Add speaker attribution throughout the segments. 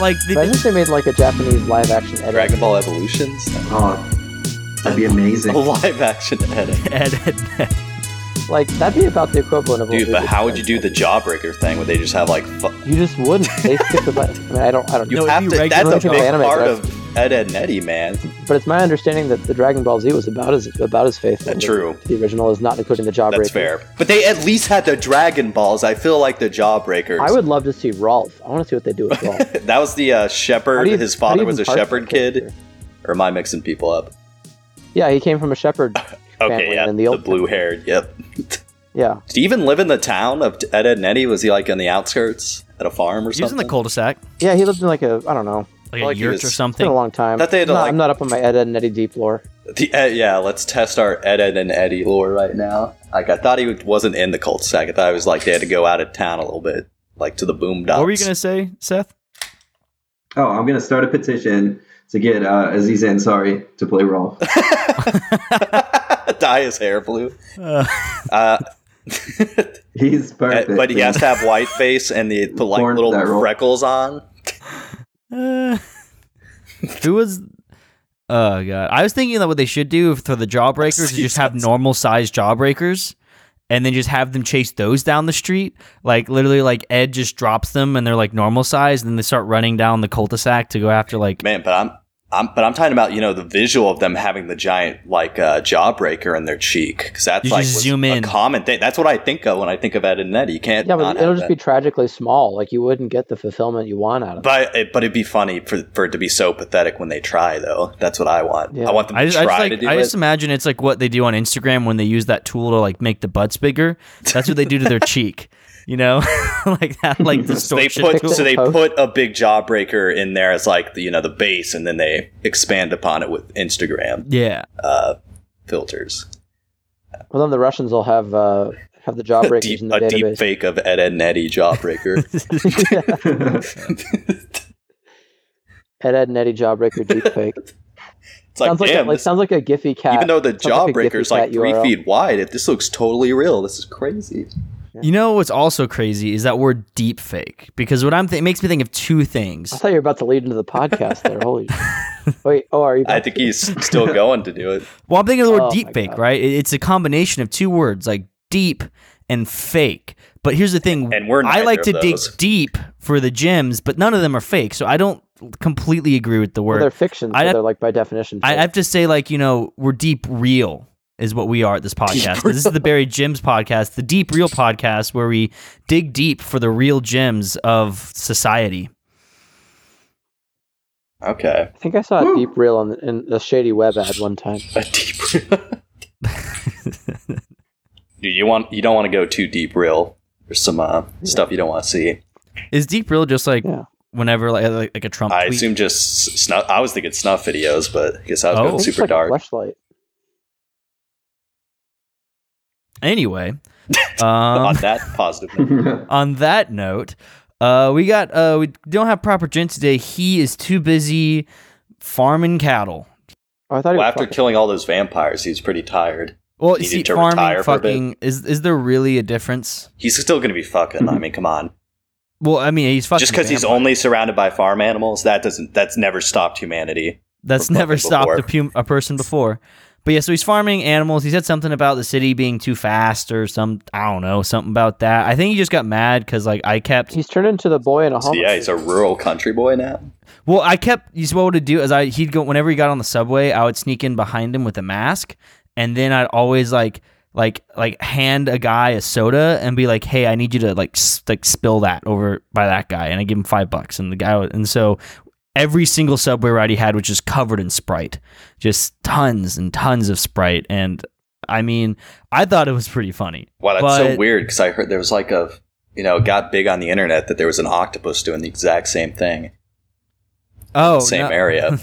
Speaker 1: like they,
Speaker 2: Imagine if they made like a Japanese live action edit.
Speaker 3: Dragon Ball Evolutions?
Speaker 4: Oh, that'd be amazing.
Speaker 3: A live action edit.
Speaker 1: Ed, Ed, Ed.
Speaker 2: Like that'd be about the equivalent of. what
Speaker 3: Dude,
Speaker 2: we
Speaker 3: but
Speaker 2: did
Speaker 3: how would you
Speaker 2: with
Speaker 3: do the Jawbreaker thing? Would they just have like. Fu-
Speaker 2: You just wouldn't. They skip the button. I mean, I don't. I don't.
Speaker 3: you
Speaker 1: No,
Speaker 2: know.
Speaker 1: it'd
Speaker 3: have
Speaker 1: be
Speaker 3: to.
Speaker 1: regular
Speaker 3: That's a
Speaker 2: Original
Speaker 3: big
Speaker 2: anime,
Speaker 3: part
Speaker 2: right?
Speaker 3: of Ed, Ed, and Eddie, man.
Speaker 2: But it's my understanding that the Dragon Ball Z was about as about as faithful.
Speaker 3: Uh, true.
Speaker 2: to The original is not including the
Speaker 3: That's
Speaker 2: Jawbreaker.
Speaker 3: fair. But they at least had the Dragon Balls. I feel like the Jawbreakers.
Speaker 2: I would love to see Rolf. I want to see what they do with Rolf. How
Speaker 3: That was the uh, shepherd.
Speaker 2: do you-
Speaker 3: His
Speaker 2: how do
Speaker 3: father
Speaker 2: you
Speaker 3: was a
Speaker 2: even parse
Speaker 3: shepherd
Speaker 2: that
Speaker 3: kid.
Speaker 2: character?
Speaker 3: Or am I mixing people up?
Speaker 2: Yeah, he came from a shepherd.
Speaker 3: Okay,
Speaker 2: family,
Speaker 3: yeah.
Speaker 2: and
Speaker 3: The,
Speaker 2: the old
Speaker 3: blue haired. Yep.
Speaker 2: Yeah,
Speaker 3: Did he even live in the town of Ed, Ed, and Eddie? Was he like on the outskirts at a farm or
Speaker 1: He was in
Speaker 3: something?
Speaker 1: the cul-de-sac,
Speaker 2: yeah. He lived in like a I don't know.
Speaker 1: like a
Speaker 3: Like he
Speaker 1: yurt
Speaker 3: was-
Speaker 1: or
Speaker 2: It's been a
Speaker 1: something.
Speaker 2: long time.
Speaker 3: Thought they had to,
Speaker 2: No,
Speaker 3: like-
Speaker 2: I'm not up on my Ed, Ed and Eddie deep lore.
Speaker 3: The, uh, yeah, let's test our Ed, Ed, and Eddie lore right now. Like, I thought he wasn't in the cult sack. I thought it was like they had to go out of town a little bit, like to the boom docks.
Speaker 1: What were you gonna say, Seth?
Speaker 4: Oh, I'm gonna start a petition to get uh, Aziz Ansari to play Rolf.
Speaker 3: gonna dye his hair blue?
Speaker 1: Uh,
Speaker 3: Uh,
Speaker 4: He's perfect.
Speaker 3: but he
Speaker 4: man.
Speaker 3: has to have white face and the, the like
Speaker 4: Born with
Speaker 3: little
Speaker 4: that role.
Speaker 3: freckles on.
Speaker 1: uh, who was? Oh god, I was thinking that what they should do for the jawbreakers is just have normal sized jawbreakers, and then just have them chase those down the street. Like literally, like Ed just drops them, and they're like normal sized, and they start running down the cul-de-sac to go after like.
Speaker 3: Man, but I'm I'm but I'm talking about you know the visual of them having the giant like uh, jawbreaker in their cheek because that's
Speaker 1: You
Speaker 3: like
Speaker 1: just
Speaker 3: was
Speaker 1: zoom
Speaker 3: a
Speaker 1: in.
Speaker 3: common thing. That's what I think of when I think of Ed and Eddie. You can't.
Speaker 2: Yeah, but
Speaker 3: not
Speaker 2: it'll
Speaker 3: have
Speaker 2: just
Speaker 3: that.
Speaker 2: be tragically small. Like you wouldn't get the fulfillment you want out of it.
Speaker 3: But it, but it'd be funny for, for it to be so pathetic when they try though. That's what I want.
Speaker 2: Yeah.
Speaker 3: I want them to
Speaker 1: I just,
Speaker 3: try
Speaker 1: I just
Speaker 3: to
Speaker 1: like
Speaker 3: do
Speaker 1: I
Speaker 3: it.
Speaker 1: just imagine it's like what they do on Instagram when they use that tool to like make the butts bigger. That's what they do to their cheek, you know, like that like
Speaker 3: So they
Speaker 1: distortion.
Speaker 3: put
Speaker 2: tool.
Speaker 3: so they
Speaker 2: Post.
Speaker 3: put a big jawbreaker in there as like the, you know the base, and then they expand upon it with Instagram
Speaker 1: yeah,
Speaker 3: uh, filters.
Speaker 2: Well, then the Russians will have uh, have the
Speaker 3: A
Speaker 2: jawbreakers
Speaker 3: deep,
Speaker 2: in the
Speaker 3: a deep
Speaker 2: database.
Speaker 3: fake of Ed, Ed and Eddie jawbreaker.
Speaker 4: it's
Speaker 2: Ed, Ed, and Eddie jawbreaker deepfake.
Speaker 3: It's like
Speaker 2: sounds like,
Speaker 3: damn,
Speaker 2: a, like
Speaker 3: this-
Speaker 2: sounds like a Giphy cat.
Speaker 3: even though the
Speaker 2: sounds like a
Speaker 3: jawbreaker is
Speaker 2: Giphy
Speaker 3: like
Speaker 2: cat
Speaker 3: three
Speaker 2: URL.
Speaker 3: feet wide, if this looks totally real, this is crazy.
Speaker 1: you know what's also crazy is that word deep fake because what I'm th- it makes me think of two
Speaker 2: I
Speaker 1: things.
Speaker 2: thought you were about to lead into the podcast there. Holy wait! Oh, are you?
Speaker 3: I think he's still going to do it.
Speaker 1: Well, I'm thinking of the word
Speaker 2: Oh my
Speaker 1: deep fake,
Speaker 2: God.
Speaker 1: right? It- It's a combination of two words like deep and fake. But here's the thing:
Speaker 3: And we're
Speaker 1: I like
Speaker 3: neither
Speaker 1: to
Speaker 3: of
Speaker 1: dig
Speaker 3: those.
Speaker 1: deep for the gems, but none of them are fake. So I don't completely agree with the
Speaker 2: Well,
Speaker 1: word.
Speaker 2: they're fiction, so
Speaker 1: I-
Speaker 2: they're like by definition.
Speaker 1: I
Speaker 2: fake.
Speaker 1: I have to say, like, you know, we're deep real is what we are at this podcast. this is the Barry Gems podcast, the deep real podcast where we dig deep for the real gems of society.
Speaker 3: Okay,
Speaker 2: I think I saw a deep reel on the, in a shady web ad one time.
Speaker 3: a deep. Dude, you want you don't want to go too deep, real. There's some uh, stuff you don't want to see.
Speaker 1: Is deep real just like
Speaker 2: Yeah.
Speaker 1: whenever like, like like a Trump
Speaker 3: I
Speaker 1: tweet?
Speaker 3: assume just s- snuff. I was thinking snuff videos, but I guess I was
Speaker 1: Oh.
Speaker 3: going
Speaker 2: It's
Speaker 3: super
Speaker 2: like
Speaker 3: dark.
Speaker 2: A flashlight.
Speaker 1: Anyway, um,
Speaker 3: On that positive note,
Speaker 1: on that note, uh, we got uh, we don't have proper gent today. He is too busy farming cattle.
Speaker 2: Oh, I thought he was
Speaker 3: well, after
Speaker 2: fucking-
Speaker 3: killing all those vampires, he's pretty tired.
Speaker 1: Well, you
Speaker 3: Needed
Speaker 1: see,
Speaker 3: to
Speaker 1: farming,
Speaker 3: retire for a bit.
Speaker 1: fucking is is there really a difference?
Speaker 3: He's still going to be fucking. I mean, come on.
Speaker 1: Well, I mean, he's fucking
Speaker 3: Just because he's
Speaker 1: Mm-hmm. vampire.
Speaker 3: only surrounded by farm animals, that doesn't. That's never stopped humanity.
Speaker 1: That's
Speaker 3: Republic
Speaker 1: never stopped a,
Speaker 3: before.
Speaker 1: pu- a person before. But yeah, so he's farming animals. He said something about the city being too fast or some, I don't know, something about that. I think he just got mad because like I kept,
Speaker 2: He's turned into the boy in a
Speaker 3: So
Speaker 2: home.
Speaker 3: yeah, he's a rural country boy now.
Speaker 1: well, I kept. He's what I would do is I he'd go whenever he got on the subway, I would sneak in behind him with a mask, and then I'd always like like like hand a guy a soda and be like, hey, I need you to like s- like spill that over by that guy, and I give him five bucks, and the guy would, and so every single subway ride he had was just covered in Sprite, just tons and tons of Sprite, and I mean, I thought it was pretty funny.
Speaker 3: Wow, that's so
Speaker 1: But-
Speaker 3: weird. Because I heard there was like a, you know, it got big on the internet that there was an octopus doing the exact same thing,
Speaker 1: Oh,
Speaker 3: same
Speaker 1: no,
Speaker 3: area.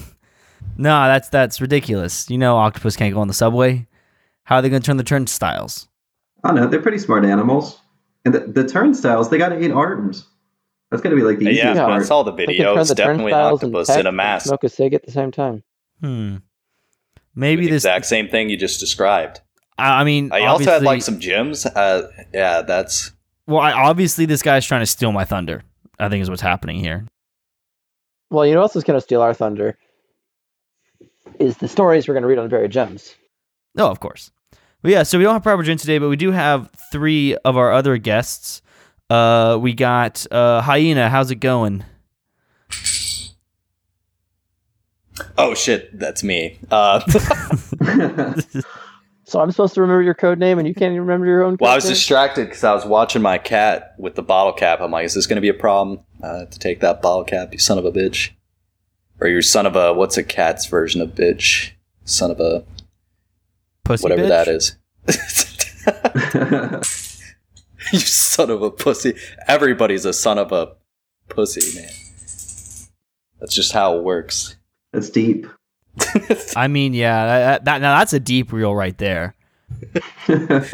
Speaker 1: no, that's that's ridiculous. You know, octopus can't go on the subway. How are they going to turn the turnstiles?
Speaker 4: I don't know. They're pretty smart animals, and the, the turnstiles they got eight arms. That's gonna be like the
Speaker 3: yeah,
Speaker 4: easiest
Speaker 2: Yeah.
Speaker 3: I
Speaker 4: part.
Speaker 3: saw the
Speaker 2: They can turn
Speaker 3: video. It's
Speaker 2: the
Speaker 3: definitely an
Speaker 2: turnstiles and
Speaker 3: octopus in
Speaker 2: peck
Speaker 3: a
Speaker 2: and
Speaker 3: mask.
Speaker 2: Smoke a cig at the same time.
Speaker 1: Hmm. Maybe
Speaker 3: the
Speaker 1: this.
Speaker 3: exact same thing you just described.
Speaker 1: I I mean,
Speaker 3: I also had
Speaker 1: obviously-
Speaker 3: like some gems. Uh, yeah, that's
Speaker 1: Well, I, obviously, this guy's trying to steal my thunder. I think is what's happening here.
Speaker 2: Well, you know what else is going to steal our thunder is the stories we're going to read on Buried Gems.
Speaker 1: No, of course. But yeah, so we don't have proper gin today, but we do have three of our other guests. Uh, we got uh, Hyena. How's it going?
Speaker 3: Oh shit, that's me. Uh,
Speaker 2: So I'm supposed to remember your code name, and you can't even remember your own.
Speaker 3: well,
Speaker 2: code
Speaker 3: I was
Speaker 2: name?
Speaker 3: distracted because I was watching my cat with the bottle cap. I'm like, is this going to be a problem uh, to take that bottle cap, you son of a bitch? Or you son of a, what's a cat's version of bitch? Son of a,
Speaker 1: Pussy
Speaker 3: whatever
Speaker 1: bitch?
Speaker 3: that is. you son of a pussy. Everybody's a son of a pussy, man. That's just how it works.
Speaker 4: That's deep.
Speaker 1: I mean, yeah, that, that, now that's a deep reel right there.
Speaker 4: That's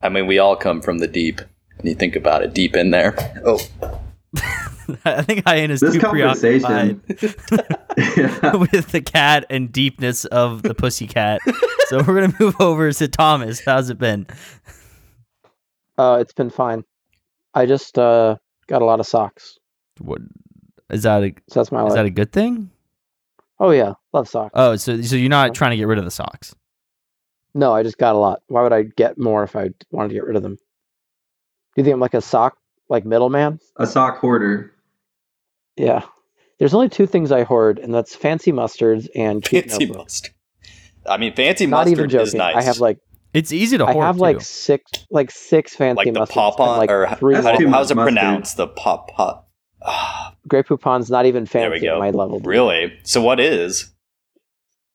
Speaker 3: I mean, we all come from the deep. And you think about it, deep in there. Oh,
Speaker 1: I think Hyena's
Speaker 4: This
Speaker 1: too
Speaker 4: conversation-
Speaker 1: preoccupied with the cat and deepness of the pussy cat. so we're gonna move over to Thomas. How's it been?
Speaker 2: Uh, it's been fine. I just uh, got a lot of socks,
Speaker 1: What is that? A,
Speaker 2: so that's my
Speaker 1: is
Speaker 2: life.
Speaker 1: that a good thing?
Speaker 2: oh yeah, love socks.
Speaker 1: Oh, so so you're not trying to get rid of the socks.
Speaker 2: no, I just got a lot. Why would I get more if I wanted to get rid of them? Do you think I'm like a sock like middleman?
Speaker 4: a sock hoarder.
Speaker 2: Yeah. There's only two things I hoard, and that's fancy mustards and cheap
Speaker 3: fancy
Speaker 2: notebooks.
Speaker 3: mustard. I mean, fancy
Speaker 2: Not even
Speaker 3: mustard
Speaker 2: joking.
Speaker 3: is nice.
Speaker 2: I have like
Speaker 1: It's easy to
Speaker 2: I
Speaker 1: hoard.
Speaker 2: have
Speaker 1: too.
Speaker 2: like six like six fancy
Speaker 3: like the
Speaker 2: mustards
Speaker 3: pop
Speaker 2: and,
Speaker 3: on
Speaker 2: like
Speaker 3: or
Speaker 2: three
Speaker 3: how,
Speaker 4: do-
Speaker 2: walnuts.
Speaker 3: how's it
Speaker 4: Mustard.
Speaker 3: pronounced? The pop pot. Ah,
Speaker 2: Grey Poupon's not even
Speaker 3: There we
Speaker 2: fancy at
Speaker 3: go.
Speaker 2: my level.
Speaker 3: really? So what is?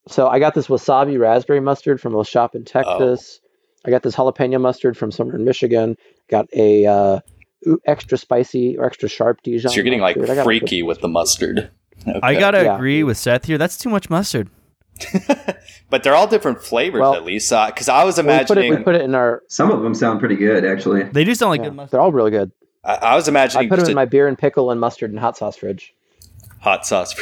Speaker 2: So I got this wasabi raspberry mustard from a shop
Speaker 3: Oh.
Speaker 2: in Texas. I got this jalapeno mustard from somewhere in Michigan. Got a uh, ooh, extra spicy or extra sharp Dijon.
Speaker 3: So you're getting like
Speaker 2: mustard. I got, a-
Speaker 3: freaky with the mustard.
Speaker 1: I
Speaker 3: Okay.
Speaker 1: gotta
Speaker 2: Yeah.
Speaker 1: agree with Seth here. That's too much mustard.
Speaker 3: but they're all different flavors
Speaker 2: Well-
Speaker 3: at least. Because I was
Speaker 2: well, we put it.
Speaker 3: imagining,
Speaker 2: We put it in our.
Speaker 4: Some of them sound pretty good, actually.
Speaker 1: They do sound like
Speaker 2: yeah,
Speaker 1: good mustard.
Speaker 2: they're all really good.
Speaker 3: I, I was
Speaker 2: I
Speaker 3: imagining
Speaker 2: put them
Speaker 3: just
Speaker 2: in
Speaker 3: a
Speaker 2: my beer and pickle and mustard and hot sauce fridge.
Speaker 3: hot sauce.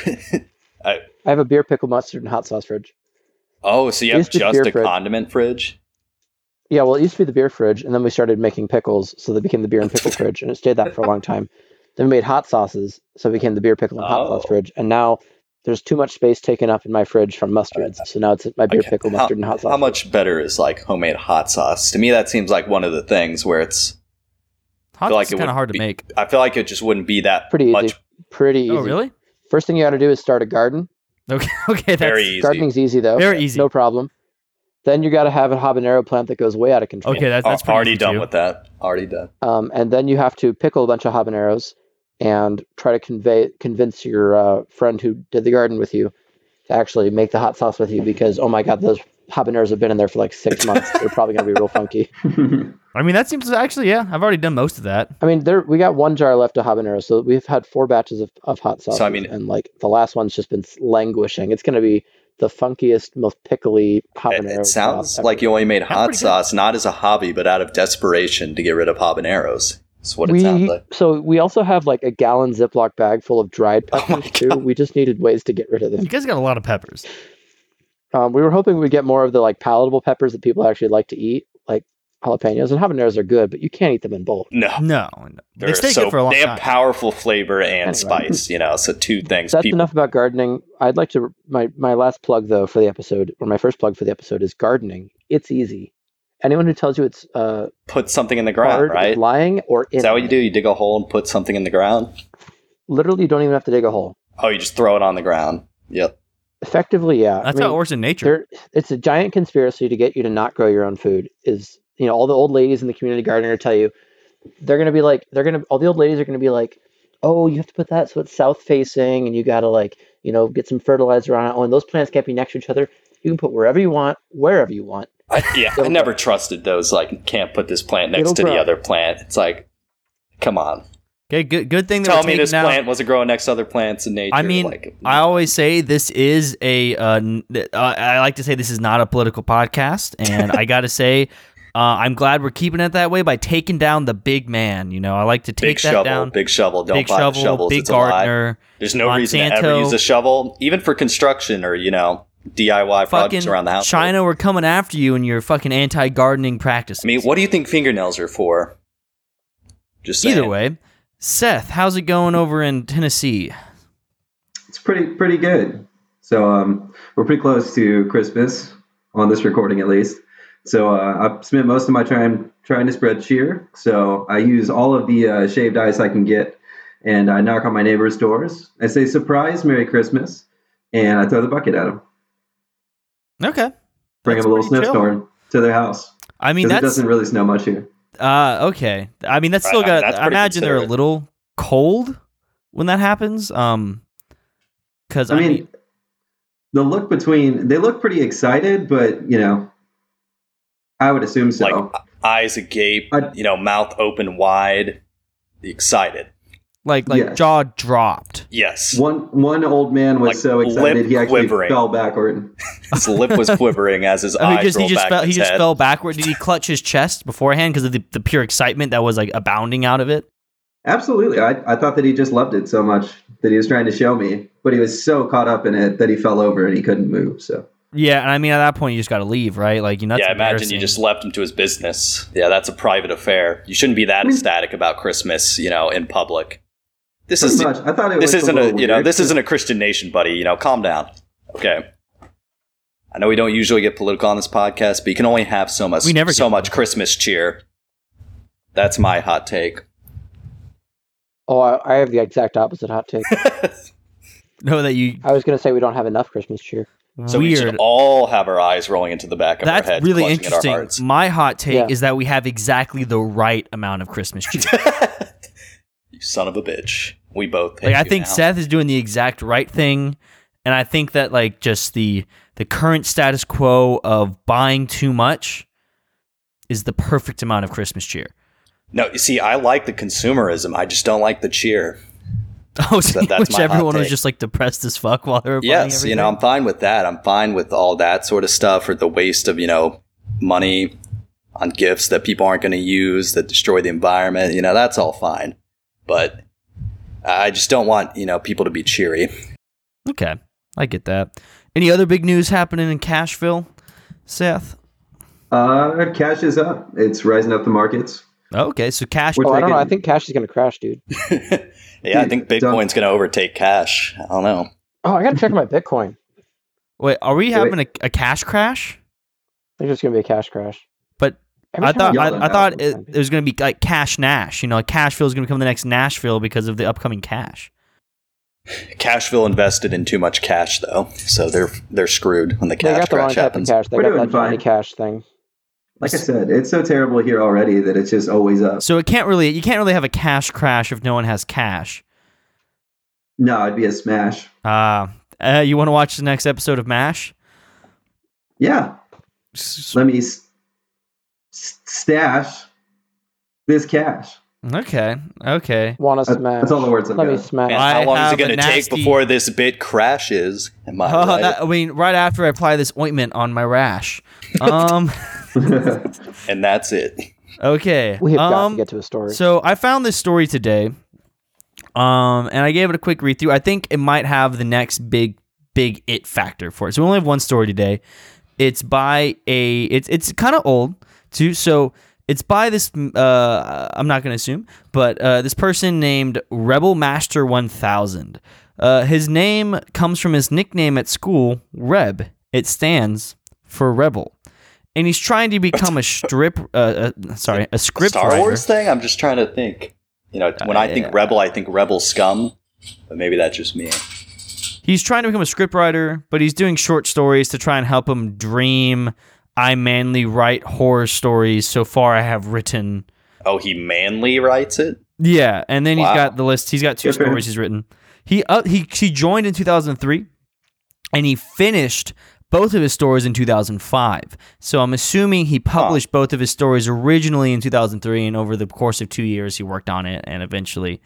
Speaker 2: I have a beer pickle mustard and hot sauce fridge.
Speaker 3: oh, so you
Speaker 2: It
Speaker 3: have
Speaker 2: used to be
Speaker 3: just
Speaker 2: beer
Speaker 3: a
Speaker 2: fridge.
Speaker 3: condiment fridge?
Speaker 2: Yeah, well, it used to be the beer fridge, and then we started making pickles, so that became the beer and pickle fridge, and it stayed that for a long time. Then we made hot sauces, so it became the beer pickle and hot sauce
Speaker 3: Oh.
Speaker 2: fridge, and now there's too much space taken up in my fridge from mustards, so now it's my beer
Speaker 3: Okay.
Speaker 2: pickle
Speaker 3: How-
Speaker 2: mustard and hot sauce.
Speaker 3: How much better is like homemade hot sauce? To me, that seems like one of the things where it's.
Speaker 1: Hot
Speaker 3: feel like
Speaker 1: sauce
Speaker 3: it
Speaker 1: is kind
Speaker 3: would
Speaker 1: of hard
Speaker 3: be-
Speaker 1: to make.
Speaker 3: I feel like it just wouldn't be that
Speaker 2: Pretty easy.
Speaker 3: much
Speaker 2: Pretty easy.
Speaker 1: Oh, really?
Speaker 2: First thing you got to do is start a garden.
Speaker 1: Okay, okay, that's
Speaker 3: very easy.
Speaker 2: Gardening's easy though.
Speaker 1: Very easy.
Speaker 2: No problem. Then you got to have a habanero plant that goes way out of control.
Speaker 1: okay. That's
Speaker 3: Al-
Speaker 1: that's pretty
Speaker 3: Uh, already
Speaker 1: easy
Speaker 3: done
Speaker 1: too.
Speaker 3: with that. Already done.
Speaker 2: um, and then you have to pickle a bunch of habaneros and try to convey convince your uh, friend who did the garden with you to actually make the hot sauce with you because oh my god those habaneros have been in there for like six months they're probably going to be real funky
Speaker 1: I mean, that seems actually yeah. I've already done most of that.
Speaker 2: i mean there we got one jar left of habaneros so we've had four batches of, of hot sauce
Speaker 3: So, I mean-
Speaker 2: and like the last one's just been languishing it's going to be the funkiest most pickly
Speaker 3: It,
Speaker 2: habanero
Speaker 3: it sounds
Speaker 2: sauce ever.
Speaker 3: like you only made hot
Speaker 1: pretty good.
Speaker 3: sauce not as a hobby, but out of desperation to get rid of habaneros. That's what it sounds like.
Speaker 2: so we also have like a gallon Ziploc bag full of dried
Speaker 3: Oh my
Speaker 2: peppers too. We just needed ways to get rid of them.
Speaker 1: You guys got a lot of peppers.
Speaker 2: Um, we were hoping we'd get more of the like palatable peppers that people actually like to eat, like jalapenos and habaneros are good, but you can't eat them in bulk.
Speaker 3: No.
Speaker 1: No, no. they
Speaker 3: They're
Speaker 1: stay
Speaker 3: so-
Speaker 1: good for a long
Speaker 3: They
Speaker 1: time.
Speaker 3: have powerful flavor and
Speaker 2: Anyway.
Speaker 3: spice, you know, so two things.
Speaker 2: That's
Speaker 3: people,
Speaker 2: enough about gardening. I'd like to my my last plug though for the episode, or my first plug for the episode is gardening. It's easy. Anyone who tells you it's uh,
Speaker 3: Put something in the ground,
Speaker 2: hard
Speaker 3: right?
Speaker 2: is lying or
Speaker 3: Is that what you do? You dig a hole and put something in the ground?
Speaker 2: Literally, you don't even have to dig a hole.
Speaker 3: Oh, you just throw it on the ground. Yep.
Speaker 2: Effectively, yeah. I
Speaker 1: That's
Speaker 2: mean,
Speaker 1: how it works in nature.
Speaker 2: there it's a giant conspiracy to get you to not grow your own food is you know all the old ladies in the community garden are going to tell you they're going to be like they're going to all the old ladies are going to be like oh you have to put that so it's south facing and you got to like you know get some fertilizer on it oh and those plants can't be next to each other you can put wherever you want wherever you want
Speaker 3: I, yeah, I
Speaker 2: It'll
Speaker 3: never trusted those, like, can't put this plant next
Speaker 2: It'll
Speaker 3: to the
Speaker 2: grow.
Speaker 3: other plant. It's like, come on.
Speaker 1: Okay, good good thing that
Speaker 3: Tell
Speaker 1: we're
Speaker 3: me
Speaker 1: taking
Speaker 3: this
Speaker 1: out-
Speaker 3: plant wasn't growing next to other plants in nature.
Speaker 1: I mean,
Speaker 3: like,
Speaker 1: I always say this is a. Uh, n- th- uh, I like to say this is not a political podcast, and I got to say, uh, I'm glad we're keeping it that way by taking down the big man. You know, I like to take
Speaker 3: big
Speaker 1: that
Speaker 3: shovel,
Speaker 1: down.
Speaker 3: big shovel. Don't
Speaker 1: big
Speaker 3: buy the
Speaker 1: shovel,
Speaker 3: shovels.
Speaker 1: big
Speaker 3: it's a lie.
Speaker 1: gardener,
Speaker 3: There's no reason to ever
Speaker 1: Monsanto.
Speaker 3: use a shovel, even for construction or you know DIY
Speaker 1: fucking
Speaker 3: projects around the house.
Speaker 1: China. We're coming after you and your fucking anti-gardening practices.
Speaker 3: I mean, what do you think fingernails are for? Just saying.
Speaker 1: Either way, Seth, how's it going over in Tennessee?
Speaker 4: It's pretty pretty good. So um, we're pretty close to Christmas on this recording, at least. So uh, I've spent most of my time trying to spread cheer. So I use all of the uh, shaved ice I can get, and I knock on my neighbors' doors. I say, "Surprise, Merry Christmas," and I throw the bucket at them.
Speaker 1: Okay.
Speaker 4: Bring
Speaker 1: That's
Speaker 4: them a little
Speaker 1: pretty chill.
Speaker 4: snowstorm to their house.
Speaker 1: I mean,
Speaker 4: 'Cause it
Speaker 1: that's
Speaker 4: doesn't really snow much here.
Speaker 1: uh, okay. I mean, that's still
Speaker 3: Right, I mean,
Speaker 1: got.
Speaker 3: that's
Speaker 1: I
Speaker 3: pretty
Speaker 1: imagine they're a
Speaker 3: considerate.
Speaker 1: little cold when that happens. Um, because
Speaker 4: I mean, the look between they look pretty excited, but you know, I would assume so.
Speaker 3: Like eyes agape,
Speaker 4: I-
Speaker 3: you know, mouth open wide, excited.
Speaker 1: like like
Speaker 4: yes.
Speaker 1: jaw dropped.
Speaker 3: Yes,
Speaker 4: one one old man was
Speaker 3: Like,
Speaker 4: so
Speaker 3: lip
Speaker 4: excited he actually
Speaker 3: quivering.
Speaker 4: fell backward.
Speaker 3: his lip was quivering as his
Speaker 1: Oh,
Speaker 3: eyes
Speaker 1: he just he
Speaker 3: rolled
Speaker 1: just
Speaker 3: back
Speaker 1: fell
Speaker 3: in
Speaker 1: he
Speaker 3: his
Speaker 1: just
Speaker 3: head.
Speaker 1: fell backward. Did he clutch his chest beforehand because of the, the pure excitement that was like abounding out of it?
Speaker 4: Absolutely, I, I thought that he just loved it so much that he was trying to show me, but he was so caught up in it that he fell over and he couldn't move. So
Speaker 1: Yeah, and I mean at that point you just got to leave, right? Like you know. that's
Speaker 3: yeah, imagine you
Speaker 1: embarrassing.
Speaker 3: just left him to his business. Yeah, that's a private affair. You shouldn't be that ecstatic about Christmas, you know, in public. This
Speaker 4: pretty
Speaker 3: is
Speaker 4: much, I thought it
Speaker 3: this
Speaker 4: was
Speaker 3: isn't
Speaker 4: little
Speaker 3: a you know
Speaker 4: weird.
Speaker 3: this isn't a Christian nation, buddy. You know, calm down. Okay. I know we don't usually get political on this podcast, but you can only have so much
Speaker 1: We never
Speaker 3: so
Speaker 1: get
Speaker 3: much Christmas cheer. That's my hot take.
Speaker 2: Oh, I, I have the exact opposite hot take.
Speaker 1: know that you
Speaker 2: I was going to say we don't have enough Christmas cheer.
Speaker 3: So we should
Speaker 1: weird.
Speaker 3: all have our eyes rolling into the back of
Speaker 1: That's
Speaker 3: our heads,
Speaker 1: really
Speaker 3: clutching at our
Speaker 1: interesting.
Speaker 3: hearts.
Speaker 1: My hot take
Speaker 2: Yeah.
Speaker 1: is that we have exactly the right amount of Christmas cheer.
Speaker 3: You son of a bitch. We both. hate
Speaker 1: like I
Speaker 3: you
Speaker 1: think
Speaker 3: now.
Speaker 1: Seth is doing the exact right thing, and I think that like just the the current status quo of buying too much is the perfect amount of Christmas cheer.
Speaker 3: No, you see, I like the consumerism. I just don't like the cheer.
Speaker 1: Oh, so
Speaker 3: That-
Speaker 1: you
Speaker 3: that's
Speaker 1: wish
Speaker 3: my hot
Speaker 1: everyone was
Speaker 3: take.
Speaker 1: just like depressed as fuck while they were buying
Speaker 3: Yes, you know, I'm
Speaker 1: everything?
Speaker 3: fine with that. I'm fine with all that sort of stuff or the waste of, you know, money on gifts that people aren't going to use that destroy the environment. You know, that's all fine. But I just don't want, you know, people to be cheery.
Speaker 1: Okay, I get that. Any other big news happening in Cashville, Seth?
Speaker 4: Uh, cash is up. It's rising up the markets.
Speaker 1: Okay, so Cash.
Speaker 4: We're
Speaker 2: Oh, I don't know. I
Speaker 4: taking-
Speaker 2: think cash is going to crash, dude. Hmm.
Speaker 3: yeah, I think
Speaker 4: Dude, don't-
Speaker 3: Bitcoin's going to overtake cash. I don't know.
Speaker 2: Oh, I got to check my Bitcoin.
Speaker 1: Wait, are we having a, a cash crash?
Speaker 2: There's just going to be a cash crash.
Speaker 1: But
Speaker 2: Every
Speaker 1: I
Speaker 2: time
Speaker 1: thought
Speaker 4: I
Speaker 1: I,
Speaker 4: yell
Speaker 1: I
Speaker 4: at
Speaker 1: thought it,
Speaker 2: Apple,
Speaker 1: it was going to be like Cash Nash. You know, like Cashville is going to become the next Nashville because of the upcoming Cash.
Speaker 3: Cashville invested in too much cash, though, so they're they're screwed when the
Speaker 2: they
Speaker 3: cash
Speaker 2: got the wrong
Speaker 3: crash
Speaker 2: type of
Speaker 3: happens.
Speaker 2: cash. They
Speaker 4: We're
Speaker 2: got
Speaker 4: doing
Speaker 2: that Johnny
Speaker 4: fine.
Speaker 2: Cash thing.
Speaker 4: like I said, it's so terrible here already that it's just always up.
Speaker 1: So it can't really you can't really have a cash crash if no one has cash.
Speaker 4: No, it'd be a smash.
Speaker 1: Uh, uh you want to watch the next episode of Mash?
Speaker 4: Yeah,
Speaker 1: S-
Speaker 4: let me s- s- stash this cash.
Speaker 1: Okay, okay.
Speaker 2: Want to
Speaker 4: That-
Speaker 2: smash?
Speaker 4: that's all the words I've
Speaker 2: Let me
Speaker 4: got.
Speaker 2: smash.
Speaker 3: Man,
Speaker 1: I
Speaker 3: how long is
Speaker 1: have
Speaker 3: it
Speaker 1: a
Speaker 3: going to take
Speaker 1: nasty-
Speaker 3: before this bit crashes? Am I
Speaker 1: Oh,
Speaker 3: right?
Speaker 1: that, I mean, right after I apply this ointment on my rash. Um,
Speaker 3: and that's it.
Speaker 1: okay.
Speaker 2: We have got
Speaker 1: um,
Speaker 2: to get to a story.
Speaker 1: So I found this story today, um, and I gave it a quick read through. I think it might have the next big, big it factor for it. So we only have one story today. It's by a. It's it's kind of old too. So it's by this. Uh, I'm not going to assume, but uh, this person named Rebel Master One Thousand. Uh, his name comes from his nickname at school, Reb. It stands for rebel, and he's trying to become a strip. Uh, uh, sorry, a script
Speaker 3: Star
Speaker 1: writer.
Speaker 3: Wars thing? I'm just trying to think. You know, when I think
Speaker 1: yeah.
Speaker 3: Rebel, I think Rebel scum, but maybe that's just me.
Speaker 1: he's trying to become a scriptwriter, but he's doing short stories to try and help him dream. I manly write horror stories. So far, I have written.
Speaker 3: Oh, he manly writes it.
Speaker 1: Yeah, and then
Speaker 3: Wow.
Speaker 1: he's got the list. He's got two
Speaker 4: Good for him.
Speaker 1: stories he's written. He uh, he he joined in 2003, and he finished both of his stories in 2005. So I'm assuming he published both of his stories originally in 2003, and over the course of two years, he worked on it and eventually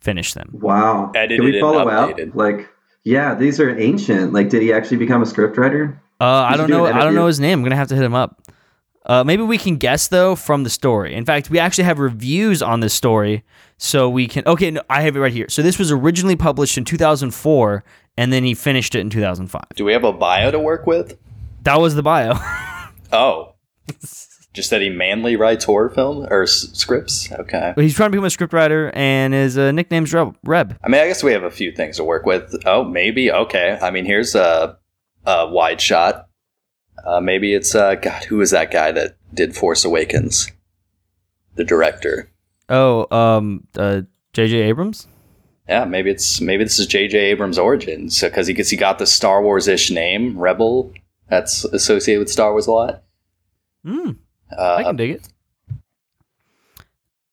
Speaker 1: finished them.
Speaker 4: Wow.
Speaker 3: Edited
Speaker 4: Can we
Speaker 3: and
Speaker 4: follow out?
Speaker 3: updated.
Speaker 4: Like, yeah, these are ancient. Like, did he actually become a scriptwriter?
Speaker 1: Uh, I
Speaker 4: should
Speaker 1: don't
Speaker 4: do
Speaker 1: know.
Speaker 4: an
Speaker 1: I don't
Speaker 4: interview.
Speaker 1: know his name. I'm gonna have to hit him up. Uh, maybe we can guess though from the story. In fact, we actually have reviews on this story, so we can. Okay, no, I have it right here. So this was originally published in 2004, and then he finished it in 2005.
Speaker 3: Do we have a bio to work with?
Speaker 1: That was the bio.
Speaker 3: Oh, Just that he manly writes horror film or s- scripts. Okay.
Speaker 1: But he's trying to become a scriptwriter, and his uh, nickname's Reb. Reb.
Speaker 3: I mean, I guess we have a few things to work with. Oh, maybe. Okay. I mean, here's a, a wide shot. Uh, maybe it's uh, God. Who is that guy that did Force Awakens? The director.
Speaker 1: Oh, um, uh, J.J. Abrams.
Speaker 3: Yeah, maybe it's maybe this is J.J. Abrams' origin. So because he gets he got the Star Wars ish name Rebel that's associated with Star Wars a lot.
Speaker 1: Mm, I
Speaker 3: Uh,
Speaker 1: can dig it.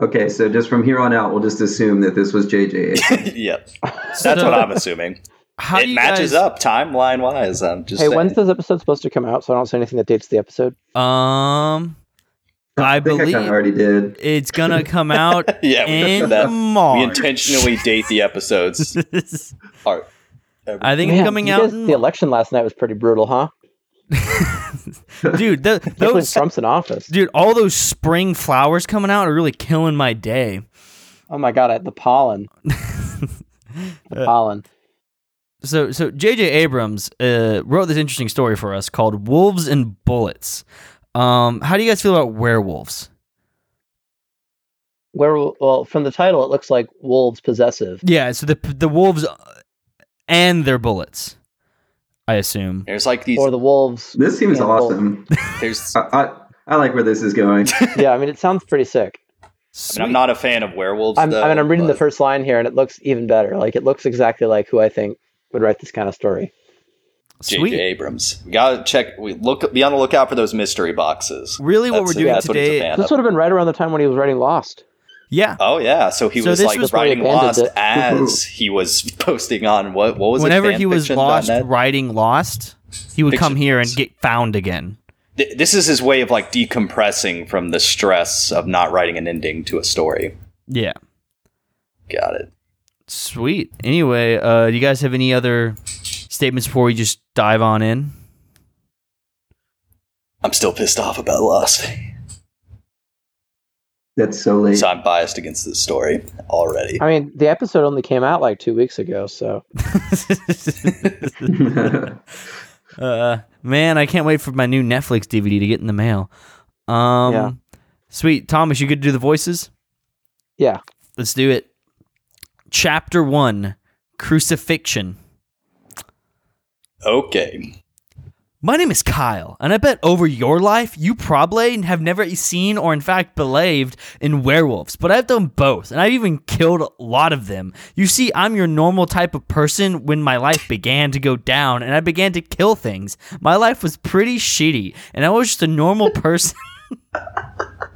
Speaker 4: Okay, so just from here on out, we'll just assume that this was JJ.
Speaker 3: yep, that's what I'm assuming.
Speaker 1: How do
Speaker 3: it
Speaker 1: you guys-
Speaker 3: matches up timeline wise. I'm just
Speaker 2: Hey,
Speaker 3: saying.
Speaker 2: when's this episode supposed to come out? So I don't say anything that dates the episode.
Speaker 1: Um, I,
Speaker 4: think I
Speaker 1: believe
Speaker 4: kind of already did.
Speaker 1: it's gonna come out
Speaker 3: yeah, we,
Speaker 1: in
Speaker 3: that,
Speaker 1: March.
Speaker 3: we intentionally date the episodes. All right.
Speaker 1: I think it's
Speaker 2: Man,
Speaker 1: coming
Speaker 2: you
Speaker 1: out.
Speaker 2: guys-
Speaker 1: in
Speaker 2: the election last night was pretty brutal, huh?
Speaker 1: dude, th-
Speaker 2: Especially when
Speaker 1: those
Speaker 2: Trump's in office.
Speaker 1: dude, all those spring flowers coming out are really killing my day.
Speaker 2: Oh my god, I, the pollen, the pollen.
Speaker 1: So, so J.J. Abrams uh, wrote this interesting story for us called "Wolves and Bullets." Um, how do you guys feel about werewolves?
Speaker 2: Where well, from the title, it looks like wolves possessive.
Speaker 1: Yeah, so the the wolves uh, and their bullets, I assume.
Speaker 3: There's like these.
Speaker 2: or the Uh, wolves.
Speaker 4: This seems
Speaker 2: Yeah, well-
Speaker 4: awesome.
Speaker 3: There's.
Speaker 4: I,
Speaker 3: I
Speaker 4: I I like where this is going.
Speaker 2: yeah, I mean, it sounds pretty sick.
Speaker 3: mean, I'm not a fan of werewolves.
Speaker 2: I'm,
Speaker 3: though,
Speaker 2: I mean,
Speaker 4: uh,
Speaker 2: I'm reading the
Speaker 3: but-
Speaker 2: first line here, and it looks even better. Like it looks exactly like who I think would write this kind of story.
Speaker 1: Sweet.
Speaker 3: J.J. Abrams. We gotta check. We look. Be on the lookout for those mystery boxes.
Speaker 1: Really, what
Speaker 3: That's
Speaker 1: we're
Speaker 3: it.
Speaker 1: doing
Speaker 3: That's what it's a
Speaker 1: today?
Speaker 3: fan
Speaker 2: This
Speaker 3: of.
Speaker 2: would have been right around the time when he was writing Lost.
Speaker 1: Yeah,
Speaker 3: Oh yeah, so he
Speaker 1: So
Speaker 3: was
Speaker 1: this
Speaker 3: like
Speaker 1: was
Speaker 2: where he
Speaker 3: writing
Speaker 2: abandoned
Speaker 3: Lost
Speaker 2: it.
Speaker 3: as he was posting on what what was
Speaker 1: whenever
Speaker 3: it?
Speaker 1: he was
Speaker 3: fanfiction.net?
Speaker 1: lost writing Lost, he would come
Speaker 3: Fiction.
Speaker 1: here and get found again.
Speaker 3: Th- this is his way of like decompressing from the stress of not writing an ending to a story.
Speaker 1: Yeah,
Speaker 3: Got it.
Speaker 1: sweet. Anyway, uh, you guys have any other statements before we just dive on in?
Speaker 3: I'm still pissed off about Lost,
Speaker 4: That's so late.
Speaker 3: so I'm biased against this story already.
Speaker 2: I mean, the episode only came out like two weeks ago, so
Speaker 1: uh, man, I can't wait for my new Netflix DVD to get in the mail. Um,
Speaker 2: Yeah.
Speaker 1: sweet Thomas, you good to do the voices?
Speaker 2: yeah.
Speaker 1: Let's do it. Chapter one: Crucifixion.
Speaker 3: Okay.
Speaker 1: My name is Kyle, and I bet over your life you probably have never seen or, in fact, believed in werewolves. But I've done both, and I've even killed a lot of them. You see, I'm your normal type of person when my life began to go down and I began to kill things. My life was pretty shitty, and I was just a normal person.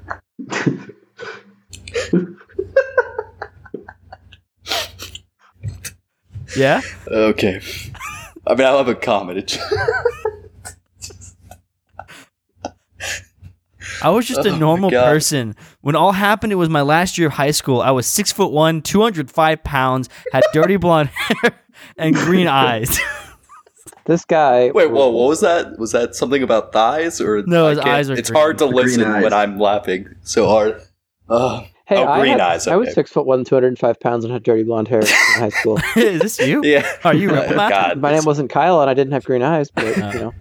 Speaker 1: yeah?
Speaker 3: Okay. I mean, I love a comment.
Speaker 1: I was just
Speaker 3: Oh
Speaker 1: a
Speaker 3: my
Speaker 1: normal
Speaker 3: God.
Speaker 1: person. When all happened, it was my last year of high school. I was six foot one, two hundred five pounds, had dirty blonde hair and green eyes.
Speaker 2: This guy.
Speaker 3: Wait, whoa, what was that? Was that something about thighs or
Speaker 1: No,
Speaker 3: I
Speaker 1: his
Speaker 3: can't-
Speaker 1: eyes are
Speaker 3: It's
Speaker 1: green.
Speaker 3: hard to
Speaker 4: Green
Speaker 3: listen
Speaker 4: eyes.
Speaker 3: when I'm laughing so hard. Ugh.
Speaker 2: Hey,
Speaker 3: oh,
Speaker 2: I,
Speaker 3: green
Speaker 2: had-
Speaker 3: eyes. Okay.
Speaker 2: I was six foot one, two hundred and five pounds, and had dirty blonde hair in high school.
Speaker 1: Is this you?
Speaker 3: Yeah.
Speaker 1: Are you
Speaker 3: Oh,
Speaker 1: Rebel Master?
Speaker 3: God.
Speaker 2: My name wasn't Kyle, and I didn't have green eyes, but you know,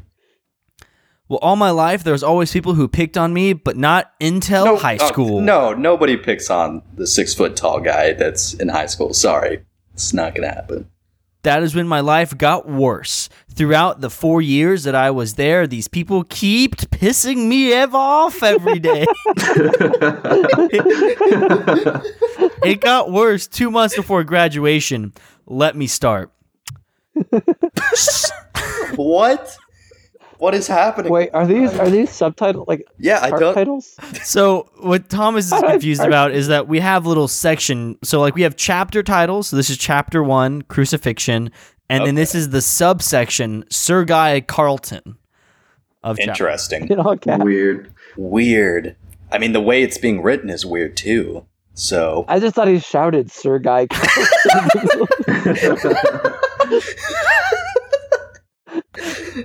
Speaker 1: Well, all my life there was always people who picked on me, but not until high
Speaker 3: oh,
Speaker 1: school.
Speaker 3: no, nobody picks on the six foot tall guy that's in high school. Sorry. It's not going to happen.
Speaker 1: That is when my life got worse. Throughout the four years that I was there, these people kept pissing me ev- off every day. it got worse two months before graduation. Let me start.
Speaker 3: what? What is happening?
Speaker 2: wait, are these are these subtitle like
Speaker 3: yeah, I
Speaker 2: part
Speaker 3: don't.
Speaker 2: titles?
Speaker 1: So what Thomas is confused about is that we have little section. So like we have chapter titles. So this is chapter one, crucifixion, and then this is the subsection, Sir Guy Carlton. Of chapter.
Speaker 3: Interesting.
Speaker 2: In all caps.
Speaker 4: Weird.
Speaker 3: Weird. I mean, the way it's being written is weird too. So,
Speaker 2: I just thought he shouted, "Sir Guy."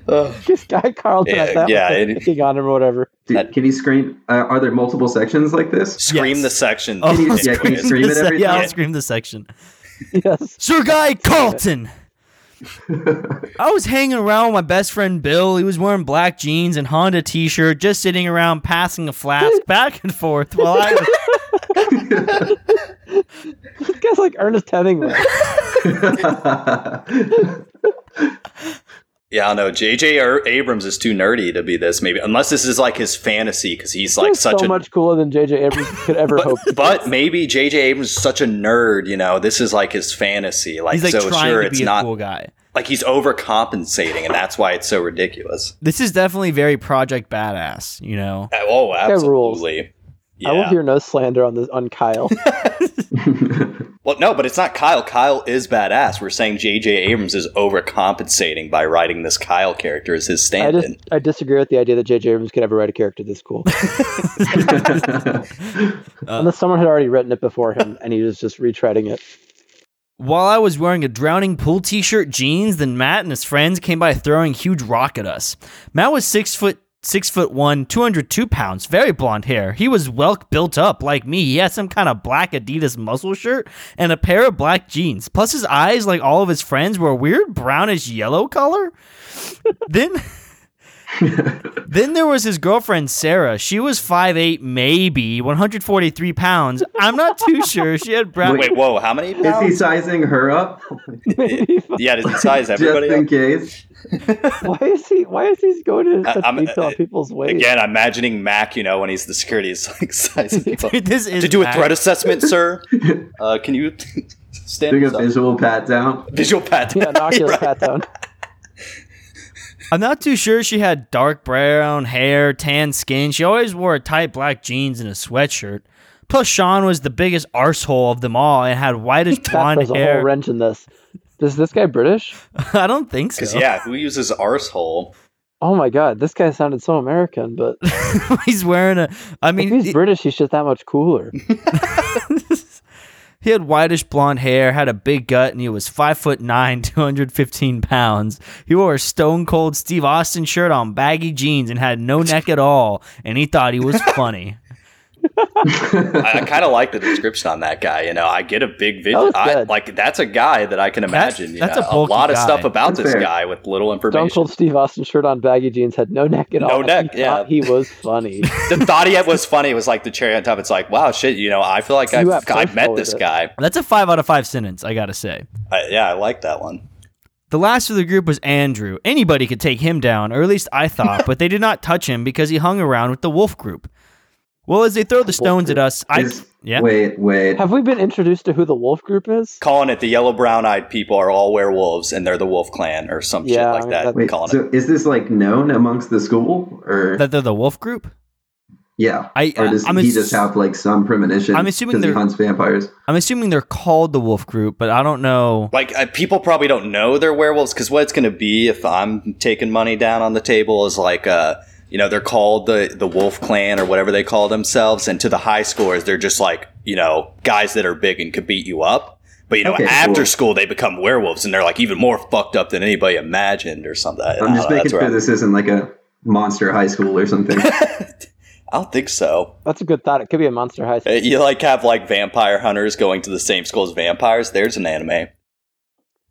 Speaker 3: Ugh.
Speaker 2: this guy Carlton
Speaker 3: Yeah,
Speaker 2: at that
Speaker 3: yeah,
Speaker 2: yeah,
Speaker 3: it-
Speaker 2: picking on him or whatever.
Speaker 4: Dude,
Speaker 3: That-
Speaker 4: can you scream? Uh, are there multiple sections like this?
Speaker 3: scream
Speaker 1: Yes.
Speaker 3: the section.
Speaker 1: Oh,
Speaker 4: Can you-
Speaker 1: I'll
Speaker 4: yeah, can
Speaker 1: scream
Speaker 4: you scream
Speaker 1: the
Speaker 4: it
Speaker 1: se-
Speaker 4: every
Speaker 1: yeah, I'll
Speaker 4: time?
Speaker 1: scream the section.
Speaker 2: Yes.
Speaker 1: Sir Guy Carlton. I was hanging around with my best friend Bill. He was wearing black jeans and Honda t shirt, just sitting around passing a flask back and forth while I was
Speaker 2: This guy's like Ernest Hemingway.
Speaker 3: Yeah, I don't know. J.J. Ar- Abrams is too nerdy to be this, maybe. Unless this is like his fantasy, because he's like
Speaker 2: He's
Speaker 3: such
Speaker 2: so
Speaker 3: a.
Speaker 2: much cooler than JJ Abrams could ever hope.
Speaker 3: but, but maybe J.J. Abrams is such a nerd, you know. This is like his fantasy. Like,
Speaker 1: he's like
Speaker 3: so
Speaker 1: trying
Speaker 3: sure,
Speaker 1: to
Speaker 3: it's
Speaker 1: be a
Speaker 3: not.
Speaker 1: cool guy.
Speaker 3: Like, he's overcompensating, and that's why it's so ridiculous.
Speaker 1: This is definitely very Project Badass, you know.
Speaker 3: Uh, Oh,
Speaker 2: guy rules.
Speaker 3: absolutely. Yeah.
Speaker 2: I will hear no slander on this on Kyle.
Speaker 3: Well, no, but it's not Kyle. Kyle is badass. We're saying J.J. Abrams is overcompensating by writing this Kyle character as his
Speaker 2: I
Speaker 3: stand
Speaker 2: just
Speaker 3: in.
Speaker 2: I disagree with the idea that JJ Abrams could ever write a character this cool.
Speaker 3: Uh,
Speaker 2: Unless someone had already written it before him and he was just retreading it.
Speaker 1: While I was wearing a drowning pool t shirt, jeans, then Matt and his friends came by throwing huge rock at us. Matt was six foot six foot one, two hundred two pounds, very blonde hair. He was well built up like me. He had some kind of black Adidas muscle shirt and a pair of black jeans. Plus his eyes, like all of his friends, were a weird brownish yellow color. then then there was his girlfriend Sarah. She was 5'8, maybe 143 pounds. I'm not too sure. She had brown
Speaker 3: Wait, whoa, how many
Speaker 4: Is he
Speaker 3: pounds?
Speaker 4: sizing her up?
Speaker 3: yeah, does he size
Speaker 4: Just
Speaker 3: everybody up?
Speaker 4: in case.
Speaker 2: Why is he why is he going into
Speaker 3: I-
Speaker 2: such
Speaker 3: I'm- uh,
Speaker 2: detail on people's weight?
Speaker 3: Again, I'm imagining Mac, you know, when he's the security, he's like sizing people.
Speaker 1: Dude, this is
Speaker 3: to do a
Speaker 1: bad.
Speaker 3: threat assessment, sir. Uh, can you stand
Speaker 4: Doing a
Speaker 3: us up?
Speaker 4: visual pat down.
Speaker 3: visual pat?
Speaker 2: Yeah, an ocular pat down.
Speaker 1: I'm not too sure she had dark brown hair, tan skin. She always wore tight black jeans and a sweatshirt. Plus, Sean was the biggest arsehole of them all and had whitish
Speaker 2: That
Speaker 1: blonde
Speaker 2: throws a whole
Speaker 1: hair.
Speaker 2: wrench in this. Is this guy British?
Speaker 1: I don't think so.
Speaker 3: Because yeah, who uses arsehole?
Speaker 2: Oh my god, this guy sounded so American, but
Speaker 1: he's wearing a. I
Speaker 2: if
Speaker 1: mean,
Speaker 2: he's
Speaker 1: he-
Speaker 2: British, he's just that much cooler.
Speaker 1: he had whitish blonde hair, had a big gut, and he was five foot nine, two hundred fifteen pounds. He wore a stone cold Steve Austin shirt on baggy jeans and had no neck at all. And he thought he was funny.
Speaker 3: I, I kind of like the description on that guy. You know, I get a big vision.
Speaker 2: was
Speaker 3: I,
Speaker 2: good.
Speaker 3: like that's a guy that I can
Speaker 1: That's-
Speaker 3: imagine. you
Speaker 1: that's
Speaker 3: know,
Speaker 1: a bulky
Speaker 3: lot of
Speaker 1: guy.
Speaker 3: stuff about
Speaker 4: That's
Speaker 3: this
Speaker 4: fair.
Speaker 3: guy with little
Speaker 2: Stone
Speaker 3: information.
Speaker 2: Cold Steve Austin shirt on, baggy jeans, had no neck at
Speaker 3: No
Speaker 2: all. and
Speaker 3: neck,
Speaker 2: he
Speaker 3: yeah.
Speaker 2: thought he was funny.
Speaker 3: the thought he had was funny. It was like the cherry on top. It's like, wow, shit. You know, I feel like
Speaker 2: You
Speaker 3: I've,
Speaker 2: have
Speaker 3: I've met
Speaker 2: personal
Speaker 3: this
Speaker 2: with it.
Speaker 3: guy.
Speaker 1: That's a five out of five sentence, I gotta say.
Speaker 3: I, yeah, I like that one.
Speaker 1: The last of the group was Andrew. Anybody could take him down, or at least I thought, but they did not touch him because he hung around with the wolf group. Well, as they throw the stones at us, I
Speaker 4: Is-
Speaker 1: yeah.
Speaker 4: Wait, wait.
Speaker 2: Have we been introduced to who the Wolf Group is?
Speaker 3: Calling it the yellow brown eyed people are all werewolves and they're the wolf clan or some shit
Speaker 2: Yeah, I
Speaker 3: like
Speaker 2: mean,
Speaker 3: that.
Speaker 2: that-
Speaker 4: Wait,
Speaker 3: calling it.
Speaker 4: so is this like known amongst the school or
Speaker 1: that they're the wolf group.
Speaker 4: yeah?
Speaker 1: I-
Speaker 4: or does
Speaker 1: I'm
Speaker 4: he
Speaker 1: ass-
Speaker 4: just have like some premonition?
Speaker 1: I'm assuming
Speaker 4: 'cause he
Speaker 1: they're-
Speaker 4: hunts vampires.
Speaker 1: I'm assuming they're called the wolf group, but I don't know.
Speaker 3: like uh, people probably don't know they're werewolves because what it's going to be if i'm taking money down on the table is like uh you know they're called the the wolf clan or whatever they call themselves and to the high scores they're just like you know guys that are big and could beat you up but you know
Speaker 4: Okay,
Speaker 3: after
Speaker 4: cool.
Speaker 3: school they become werewolves and they're like even more fucked up than anybody imagined or something I don't
Speaker 4: I'm just
Speaker 3: know,
Speaker 4: making
Speaker 3: that's where
Speaker 4: sure this isn't like a monster high school or something.
Speaker 3: i don't think so
Speaker 2: That's a good thought. It could be a Monster High
Speaker 3: Uh,
Speaker 2: School.
Speaker 3: you like have like vampire hunters going to the same school as vampires there's an anime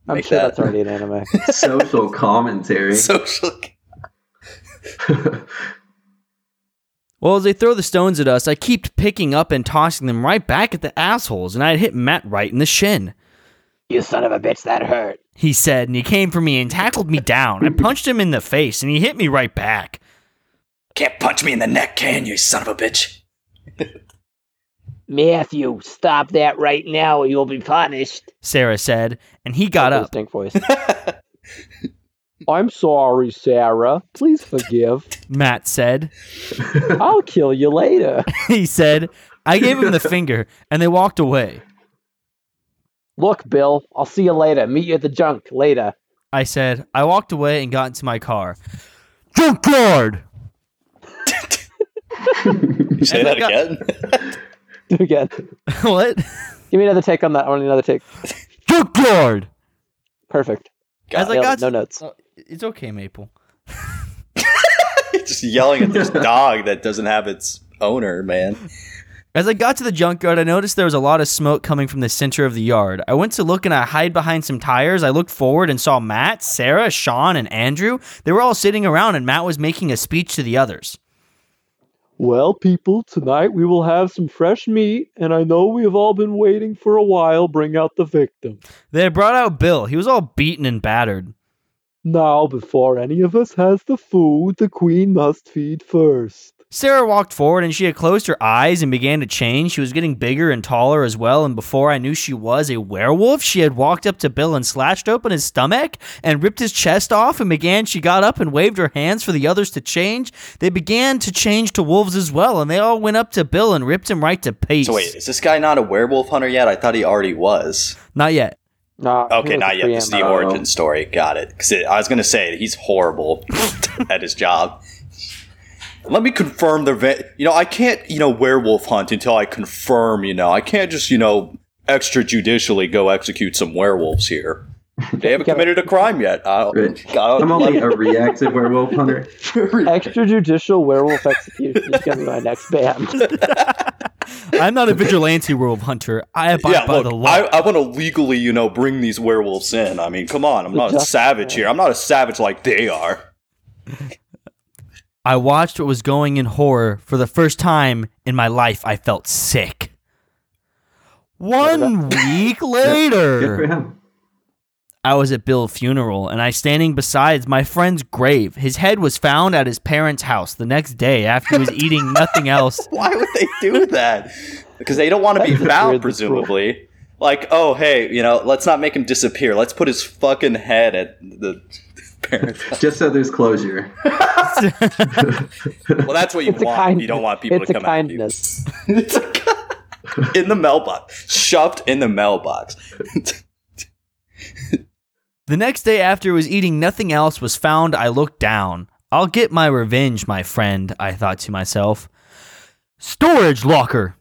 Speaker 2: I'm
Speaker 3: make
Speaker 2: sure
Speaker 3: that.
Speaker 2: that's already an anime.
Speaker 4: Social commentary.
Speaker 3: social
Speaker 1: Well, as they throw the stones at us, I kept picking up and tossing them right back at the assholes, and I had hit Matt right in the shin.
Speaker 2: you son of a bitch, that hurt.
Speaker 1: He said, and he came for me and tackled me down. I punched him in the face, and he hit me right back.
Speaker 3: can't punch me in the neck can you son of a bitch
Speaker 5: Matthew, stop that right now or you'll be punished.
Speaker 1: Sarah said, and he got
Speaker 2: That's a
Speaker 1: up.
Speaker 2: distinct voice. I'm sorry, Sarah. Please forgive.
Speaker 1: Matt said,
Speaker 2: I'll kill you later.
Speaker 1: he said. I gave him the finger, and they walked away.
Speaker 2: Look, Bill, I'll see you later. Meet you at the junk later.
Speaker 1: I said, I walked away and got into my car. Junkyard!
Speaker 3: Say
Speaker 1: And
Speaker 3: that
Speaker 1: I got-
Speaker 3: again.
Speaker 2: Do it again.
Speaker 1: what?
Speaker 2: Give me another take on that. Only another take.
Speaker 1: Junkyard!
Speaker 2: Perfect.
Speaker 1: As I
Speaker 2: Nailed
Speaker 1: got,
Speaker 2: it. No notes.
Speaker 1: Oh, it's okay, Maple.
Speaker 3: Just yelling at this dog that doesn't have its owner, man.
Speaker 1: As I got to the junkyard, I noticed there was a lot of smoke coming from the center of the yard. I went to look and I hid behind some tires. I looked forward and saw Matt, Sarah, Sean, and Andrew. They were all sitting around, and Matt was making a speech to the others.
Speaker 6: Well, people, tonight we will have some fresh meat, and I know we have all been waiting for a while. Bring out the victim.
Speaker 1: They had brought out Bill. He was all beaten and battered.
Speaker 6: Now, before any of us has the food, the queen must feed first.
Speaker 1: Sarah walked forward and she had closed her eyes and began to change. She was getting bigger and taller as well, and before I knew she was a werewolf, she had walked up to Bill and slashed open his stomach and ripped his chest off and began she got up and waved her hands for the others to change. They began to change to wolves as well, and they all went up to Bill and ripped him right to pieces.
Speaker 3: So wait, is this guy not a werewolf hunter yet? I thought he already was.
Speaker 1: Not yet.
Speaker 2: Nah, it
Speaker 3: Okay,
Speaker 2: was
Speaker 3: not
Speaker 2: the
Speaker 3: yet. This is the
Speaker 2: preamble.
Speaker 4: preamble.
Speaker 3: origin story. Got it. Because I was gonna say he's horrible at his job. Let me confirm the. Va- you know, I can't. You know, werewolf hunt until I confirm. You know, I can't just you know extrajudicially go execute some werewolves here. They haven't
Speaker 2: Gotta-
Speaker 3: committed a crime yet. I
Speaker 4: Rich.
Speaker 3: God,
Speaker 4: I'm only
Speaker 3: like,
Speaker 4: a reactive werewolf hunter.
Speaker 2: Extrajudicial werewolf execution is going to be my next band.
Speaker 1: I'm not a vigilante werewolf hunter. I abide
Speaker 3: yeah,
Speaker 1: by
Speaker 3: look,
Speaker 1: the law.
Speaker 3: I, I want to legally, you know, bring these werewolves in. I mean, come on, I'm not a
Speaker 2: Just-
Speaker 3: savage here. I'm not a savage like they are.
Speaker 1: I watched what was going in horror. For the first time in my life, I felt sick. One week
Speaker 4: Good for
Speaker 1: later,
Speaker 4: him.
Speaker 1: I was at Bill's funeral and I standing beside my friend's grave. His head was found at his parents' house the next day after he was eating nothing else.
Speaker 3: Why would they do that? Because they don't want to be
Speaker 2: That's
Speaker 3: found,
Speaker 2: weird, that's cool.
Speaker 3: presumably. Like, oh, hey, you know, let's not make him disappear. Let's put his fucking head at the parents.
Speaker 4: Just so there's closure.
Speaker 3: Well, that's what you
Speaker 2: It's a
Speaker 3: want.
Speaker 2: kind.
Speaker 3: you don't want people
Speaker 2: It's
Speaker 3: to
Speaker 2: a
Speaker 3: come
Speaker 2: kindness.
Speaker 3: at you. it's a kind- in the mailbox, shoved in the mailbox.
Speaker 1: The next day after he was eating nothing else was found, I looked down. I'll get my revenge, my friend, I thought to myself. Storage locker.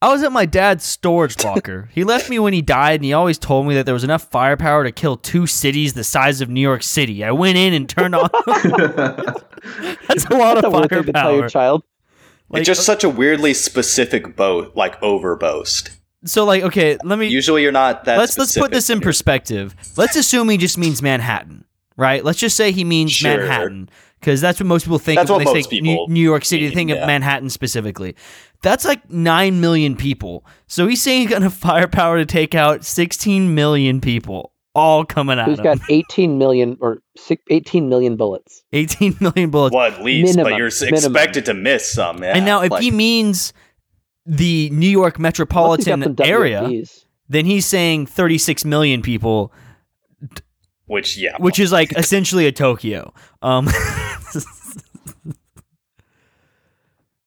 Speaker 1: I was at my dad's storage locker. he left me when he died, and he always told me that there was enough firepower to kill two cities the size of New York City. I went in and turned on. That's a lot
Speaker 2: That's a
Speaker 1: of
Speaker 2: weird thing to tell
Speaker 1: firepower.
Speaker 2: your child.
Speaker 1: Like, uh,
Speaker 3: it's just such a weirdly specific boast, like over boast.
Speaker 1: so, like, okay, let me.
Speaker 3: Usually, you're not that.
Speaker 1: let's let's put
Speaker 3: specific
Speaker 1: this in
Speaker 3: when you're
Speaker 1: perspective. Let's assume he just means Manhattan, right? Let's just say he means
Speaker 3: Sure.
Speaker 1: Manhattan because that's what most people think
Speaker 3: That's
Speaker 1: when
Speaker 3: what
Speaker 1: they
Speaker 3: most
Speaker 1: say New,
Speaker 3: people
Speaker 1: New York City. They
Speaker 3: mean,
Speaker 1: think of
Speaker 3: yeah.
Speaker 1: Manhattan specifically. That's like nine million people. So he's saying he's got enough firepower to take out sixteen million people, all coming at
Speaker 2: He's
Speaker 1: him.
Speaker 2: got 18 million or six- 18 million bullets.
Speaker 1: Eighteen million bullets.
Speaker 3: Well, at least,
Speaker 2: Minimum,
Speaker 3: but you're s-
Speaker 2: minimum.
Speaker 3: expected to miss some. Yeah.
Speaker 1: and now, if he
Speaker 3: Like,
Speaker 1: means the New York
Speaker 2: Unless he's got
Speaker 1: metropolitan
Speaker 2: some
Speaker 1: area,
Speaker 2: WFDs.
Speaker 1: then he's saying thirty-six million people,
Speaker 3: which yeah,
Speaker 1: which is like essentially a Tokyo. Um,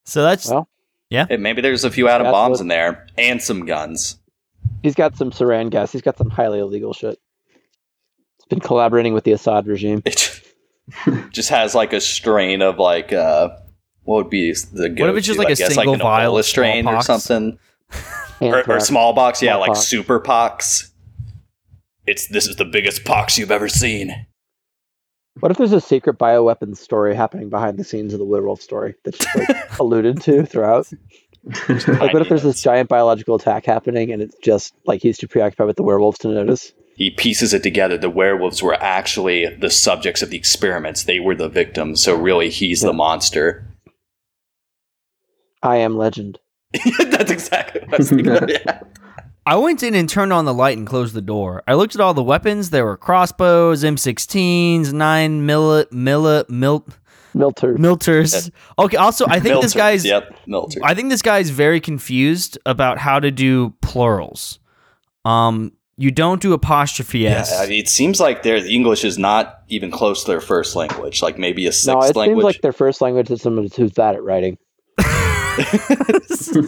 Speaker 1: so that's
Speaker 2: Well,
Speaker 3: hey, maybe there's a few atom
Speaker 2: That's
Speaker 3: bombs
Speaker 2: what-
Speaker 3: in there and some guns.
Speaker 2: He's got some saran gas. He's got some highly illegal shit. He's been collaborating with the Assad regime.
Speaker 3: It just has like a strain of like uh, what would be the go-to,
Speaker 1: it's just like
Speaker 3: I
Speaker 1: a
Speaker 3: guess,
Speaker 1: single
Speaker 3: like an
Speaker 1: vial
Speaker 3: Ebola
Speaker 1: of
Speaker 3: strain or
Speaker 1: smallpox?
Speaker 3: something or, or
Speaker 2: Anthrax.
Speaker 3: small box? Yeah, like
Speaker 2: Smallpox.
Speaker 3: super pox. It's this is the biggest pox you've ever seen.
Speaker 2: What if there's a secret bioweapons story happening behind the scenes of the werewolf story that's just like alluded to throughout? Like, what if there's this giant biological attack happening and it's just like he's too preoccupied with the werewolves to notice?
Speaker 3: he pieces it together. The werewolves were actually the subjects of the experiments. They were the victims. So really, he's
Speaker 2: Yeah.
Speaker 3: the monster.
Speaker 2: I am legend.
Speaker 3: That's exactly what I was thinking. of, yeah.
Speaker 1: I went in and turned on the light and closed the door. I looked at all the weapons. There were crossbows, M16s, nine milli milli mil,
Speaker 2: Milter.
Speaker 1: milters. Okay. Also, I think this
Speaker 3: Milters,
Speaker 1: guy's.
Speaker 3: Yep, Milter.
Speaker 1: I think this guy's very confused about how to do plurals. Um, you don't do apostrophe s.
Speaker 3: Yeah, I mean, it seems like their the English is not even close to their first language. Like maybe a
Speaker 2: No,
Speaker 3: sixth
Speaker 2: it seems like
Speaker 3: language.
Speaker 2: their first language is someone who's bad at writing.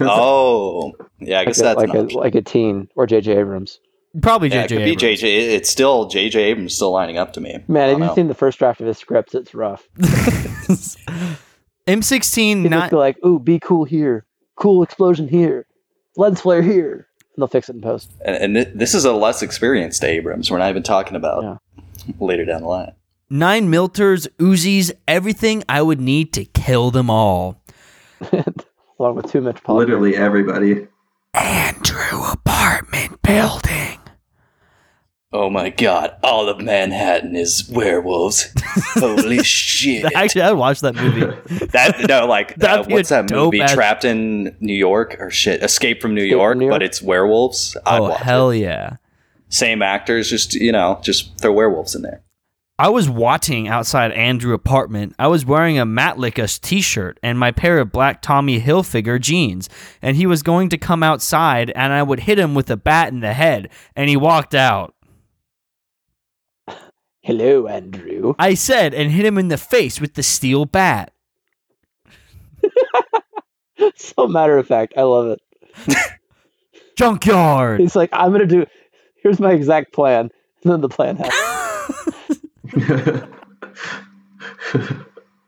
Speaker 3: oh, yeah. I
Speaker 2: Like,
Speaker 3: guess
Speaker 2: a,
Speaker 3: that's
Speaker 2: like,
Speaker 3: an
Speaker 2: a,
Speaker 3: option.
Speaker 2: like a teen or J.J. Abrams.
Speaker 1: Probably
Speaker 3: yeah, it
Speaker 1: JJ.
Speaker 3: could
Speaker 1: Abrams.
Speaker 3: be JJ. It- It's still JJ Abrams still lining up to me.
Speaker 2: Man,
Speaker 3: I
Speaker 2: have
Speaker 3: don't
Speaker 2: you
Speaker 3: know.
Speaker 2: seen the first draft of his scripts? It's rough.
Speaker 1: M16
Speaker 2: He'd
Speaker 1: not
Speaker 2: just be like, ooh, be cool here. Cool explosion here. Lens flare here. And they'll fix it in post.
Speaker 3: And, and thi- this is a less experienced Abrams. We're not even talking about later down the line.
Speaker 1: nine milters, Uzis, everything I would need to kill them all.
Speaker 2: along with too much politics.
Speaker 4: Literally everybody.
Speaker 1: Andrew apartment building.
Speaker 3: Oh my god, all of Manhattan is werewolves. Holy shit.
Speaker 1: Actually, I'd watch that movie.
Speaker 3: that no, like uh,
Speaker 1: That'd be a
Speaker 3: what's that
Speaker 1: dope
Speaker 3: movie?
Speaker 1: ass-
Speaker 3: Trapped in New York or shit. Escape from New,
Speaker 2: from
Speaker 3: York,
Speaker 2: New York?
Speaker 3: but it's werewolves. I'd
Speaker 1: oh
Speaker 3: watch it.
Speaker 1: hell yeah!
Speaker 3: Same actors, just you know, just throw werewolves in there.
Speaker 1: I was watching outside Andrew apartment. I was wearing a Matlicka t-shirt and my pair of black Tommy Hilfiger jeans, and he was going to come outside, and I would hit him with a bat in the head, and he walked out.
Speaker 5: Hello, Andrew.
Speaker 1: I said, and hit him in the face with the steel bat.
Speaker 2: so matter of fact, I love it.
Speaker 1: Junkyard.
Speaker 2: He's like, I'm gonna do. Here's my exact plan, and then the plan happens.
Speaker 3: Ah.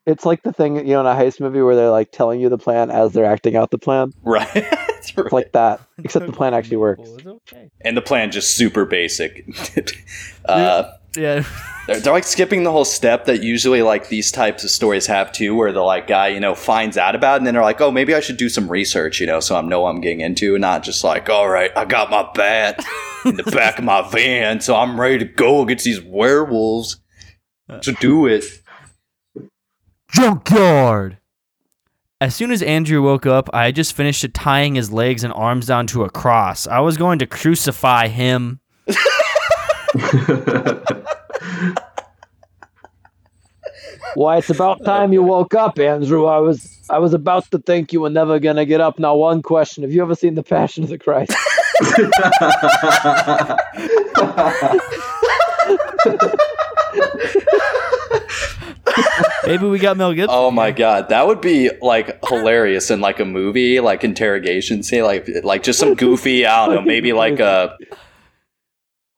Speaker 2: It's like the thing you know in a heist movie where they're like telling you the plan as they're acting out the plan.
Speaker 3: Right. That's
Speaker 2: It's
Speaker 3: right.
Speaker 2: like that, except the plan actually works.
Speaker 3: and the plan just super basic. uh,
Speaker 1: Yeah.
Speaker 3: they're, they're like skipping the whole step that usually like these types of stories have too, where the like guy you know finds out about, it, and then they're like, oh, maybe I should do some research, you know, so I know what I'm getting into, and not just like, all right, I got my bat in the back of my van, so I'm ready to go against these werewolves to do it.
Speaker 1: Junkyard. As soon as Andrew woke up, I had just finished tying his legs and arms down to a cross. I was going to crucify him.
Speaker 2: Why, it's about time you woke up, Andrew. I was I was about to think you were never gonna get up. Now, one question: Have you ever seen The Passion of the Christ?
Speaker 1: Maybe we got Mel Gibson.
Speaker 3: Oh my god, that would be like hilarious in like a movie, like interrogation scene, like like just some goofy, I don't know, maybe like a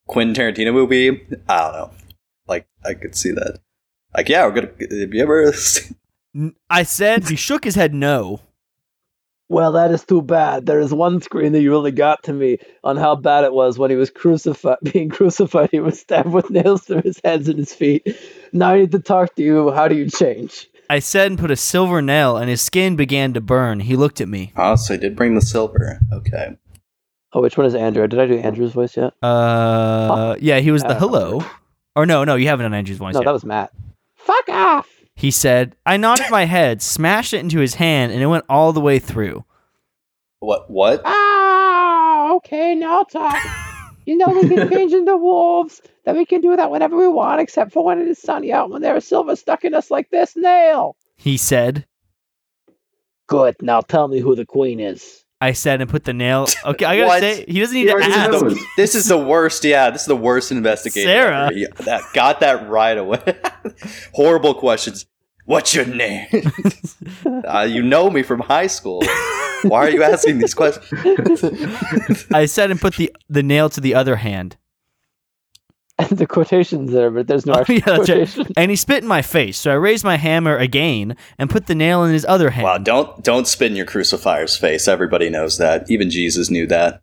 Speaker 3: Quentin Tarantino movie. I don't know. Like I could see that. Like yeah, we're gonna. Have you ever? seen-
Speaker 1: N- I said he shook his head no.
Speaker 2: Well, that is too bad. There is one screen that you really got to me on how bad it was when he was crucified, being crucified. He was stabbed with nails through his hands and his feet. Now I need to talk to you. How do you change?
Speaker 1: I said and put a silver nail, and his skin began to burn. He looked at me.
Speaker 3: Oh, so I did bring the silver. Okay.
Speaker 2: Oh, which one is Andrew? Did I do Andrew's voice yet?
Speaker 1: Uh, yeah, he was the
Speaker 2: Uh,
Speaker 1: hello. Or no, no, you haven't done Andrew's voice
Speaker 2: No,
Speaker 1: yet.
Speaker 2: that was Matt. Fuck off.
Speaker 1: he said, I nodded my head, smashed it into his hand, and it went all the way through.
Speaker 3: What? What?
Speaker 2: Ah,
Speaker 5: Oh, okay, now talk. you know we can change into wolves. Then we can do that whenever we want, except for when it is sunny out when there is silver stuck in us like this nail.
Speaker 1: He said,
Speaker 5: Good. Now tell me who the queen is.
Speaker 1: I said, and put the nail. Okay, I gotta
Speaker 3: What?
Speaker 1: say, he doesn't need
Speaker 4: You
Speaker 1: to
Speaker 4: already
Speaker 1: ask.
Speaker 4: know it.
Speaker 3: This is the worst. Yeah, this is the worst investigation.
Speaker 1: Sarah.
Speaker 3: ever. Yeah, that got that right away. Horrible questions. What's your name? uh, you know me from high school. Why are you asking these questions?
Speaker 1: I said, and put the, the nail to the other hand.
Speaker 2: the quotation's there, but there's no
Speaker 1: Oh,
Speaker 2: actual
Speaker 1: yeah, that's right.
Speaker 2: quotation.
Speaker 1: And he spit in my face, so I raised my hammer again and put the nail in his other hand.
Speaker 3: Wow, don't don't spit in your crucifier's face. Everybody knows that. Even Jesus knew that.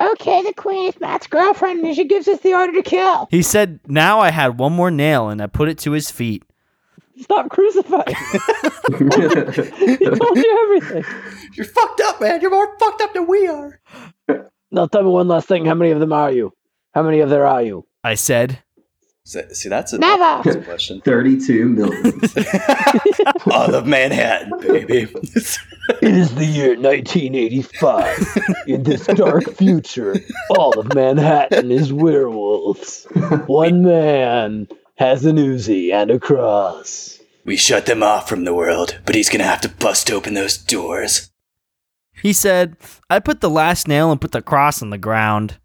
Speaker 5: Okay, the queen is Matt's girlfriend, and she gives us the order to kill.
Speaker 1: He said, Now I had one more nail, and I put it to his feet.
Speaker 2: Stop crucifying. he told you everything.
Speaker 3: You're fucked up, man. You're more fucked up than we are.
Speaker 2: Now tell me one last thing. How many of them are you? How many of there are you?
Speaker 1: I said,
Speaker 3: See, see, that's a,
Speaker 5: Never.
Speaker 3: that's a question.
Speaker 4: Thirty-two million.
Speaker 3: All of Manhattan, baby.
Speaker 2: It is the year 1985. In this dark future, all of Manhattan is werewolves. One man has an Uzi and a cross.
Speaker 3: we shut them off from the world, but he's gonna have to bust open those doors.
Speaker 1: He said, I put the last nail and put the cross on the ground.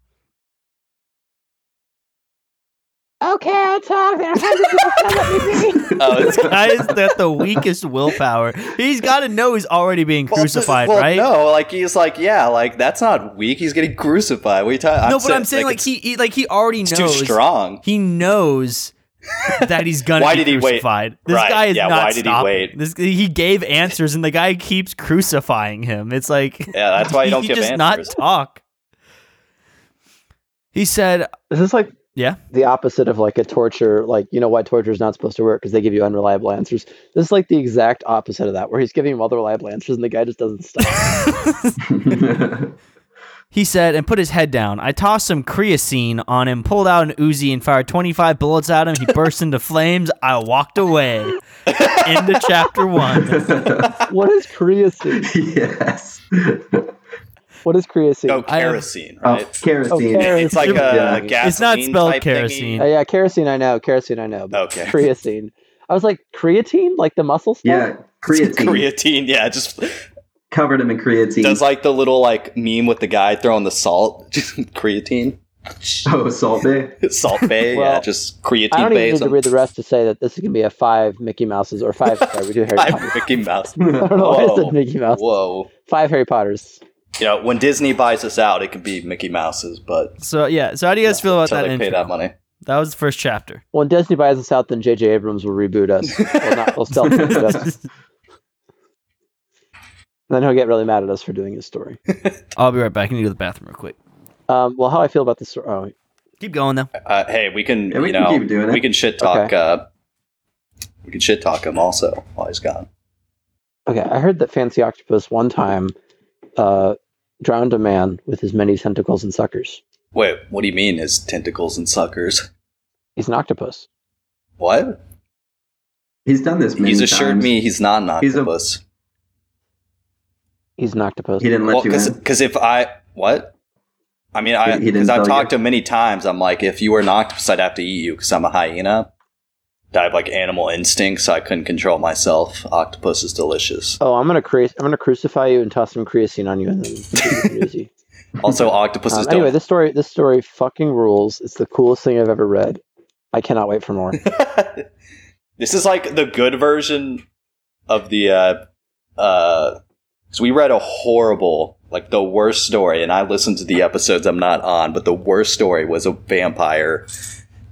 Speaker 5: Okay, I'll talk. There are hundreds of us. Now let me be.
Speaker 3: Oh, it's
Speaker 1: Guy is that the weakest willpower. He's got to know he's already being
Speaker 3: Well,
Speaker 1: crucified,
Speaker 3: well,
Speaker 1: right?
Speaker 3: No, like he's like, yeah, like that's not weak. He's getting crucified. What are you talking?
Speaker 1: no, but I'm saying like,
Speaker 3: it's,
Speaker 1: he, he like he already
Speaker 3: it's too
Speaker 1: knows.
Speaker 3: strong.
Speaker 1: He knows that he's gonna
Speaker 3: Why
Speaker 1: be
Speaker 3: did he wait?
Speaker 1: crucified. This
Speaker 3: Right,
Speaker 1: guy is
Speaker 3: yeah,
Speaker 1: not
Speaker 3: why did he
Speaker 1: stopping.
Speaker 3: wait?
Speaker 1: This he gave answers and the guy keeps crucifying him. It's like
Speaker 3: Yeah, that's why you
Speaker 1: he
Speaker 3: don't
Speaker 1: can
Speaker 3: give
Speaker 1: just
Speaker 3: answers.
Speaker 1: not talk. He said,
Speaker 2: Is this like
Speaker 1: Yeah.
Speaker 2: the opposite of like a torture like you know why torture is not supposed to work because they give you unreliable answers this is like the exact opposite of that where he's giving him all the reliable answers and the guy just doesn't stop
Speaker 1: He said and put his head down. I tossed some creosine on him, pulled out an Uzi, and fired 25 bullets at him. He burst into flames. I walked away. End of chapter one.
Speaker 6: What is creatine?
Speaker 4: yes.
Speaker 2: what is creatine
Speaker 3: Oh,
Speaker 1: I am-
Speaker 3: kerosene,
Speaker 4: Oh,
Speaker 3: right?
Speaker 4: kerosene.
Speaker 2: Okay.
Speaker 3: It's like a
Speaker 2: Yeah. It's
Speaker 3: gasoline.
Speaker 1: not spelled
Speaker 3: type thingy.
Speaker 1: kerosene.
Speaker 2: Uh, yeah kerosene i know kerosene i know but
Speaker 3: Okay.
Speaker 2: creatine i was like creatine like the muscle stuff
Speaker 4: Yeah, creatine.
Speaker 3: Creatine, yeah, just
Speaker 4: Covered him in creatine.
Speaker 3: does like the little like meme with the guy throwing the salt, just creatine,
Speaker 4: oh, salt bay.
Speaker 3: salt bay, yeah,
Speaker 2: Well,
Speaker 3: just
Speaker 2: I
Speaker 3: creatine
Speaker 2: don't
Speaker 3: bay.
Speaker 2: even need to
Speaker 3: some-
Speaker 2: read the rest to say that this is gonna be a five Mickey Mouses or five. Sorry, we do Harry
Speaker 3: I'm
Speaker 2: Potter.
Speaker 3: Mickey Mouse.
Speaker 2: I don't know why I
Speaker 3: Whoa.
Speaker 2: said Mickey Mouse.
Speaker 3: Whoa,
Speaker 2: Five Harry Potters.
Speaker 3: you know when Disney buys us out, it could be Mickey Mouse's, but
Speaker 1: So yeah. So how do you guys feel about
Speaker 3: until
Speaker 1: that
Speaker 3: they pay
Speaker 1: intro?
Speaker 3: that money,
Speaker 1: That was the first chapter.
Speaker 2: When Disney buys us out, then J.J. Abrams will reboot us. well, not, will stealth reboot us. And then he'll get really mad at us for doing his story.
Speaker 1: I'll be right back. I need to go to the bathroom real quick.
Speaker 2: Um, well, how I feel about this story. Oh,
Speaker 1: Keep going though.
Speaker 3: uh, hey, we can
Speaker 4: Yeah, we
Speaker 3: you
Speaker 4: can
Speaker 3: know
Speaker 4: keep doing it.
Speaker 3: we can shit talk.
Speaker 2: Okay.
Speaker 3: Uh, we can shit talk him also while he's gone.
Speaker 2: okay, I heard that Fancy Octopus one time uh, drowned a man with his many tentacles and suckers.
Speaker 3: Wait, what do you mean? His tentacles and suckers?
Speaker 2: He's an octopus.
Speaker 3: What?
Speaker 4: He's done this many
Speaker 3: He's assured
Speaker 4: times.
Speaker 3: me he's not an
Speaker 4: He's a-
Speaker 3: octopus.
Speaker 2: He's an octopus.
Speaker 4: He didn't let
Speaker 3: Well,
Speaker 4: you in.
Speaker 3: because if I what? I mean, I
Speaker 4: He- he didn't
Speaker 3: because I've
Speaker 4: tell
Speaker 3: talked to him many times. I'm like, if you were an octopus, I'd have to eat you because I'm a hyena. I have like animal instincts, so I couldn't control myself. Octopus is delicious.
Speaker 2: Oh, I'm gonna cru- I'm gonna crucify you and toss some creatine on you and then take you easy.
Speaker 3: Also,
Speaker 2: Um,
Speaker 4: Uh,
Speaker 3: octopuses
Speaker 2: anyway,
Speaker 3: don't.
Speaker 2: this story this story fucking rules. It's the coolest thing I've ever read. I cannot wait for more.
Speaker 3: This-, is like the good version of the. uh uh So we read a horrible, like the worst story, and I listened to the episodes I'm not on, but the worst story was a vampire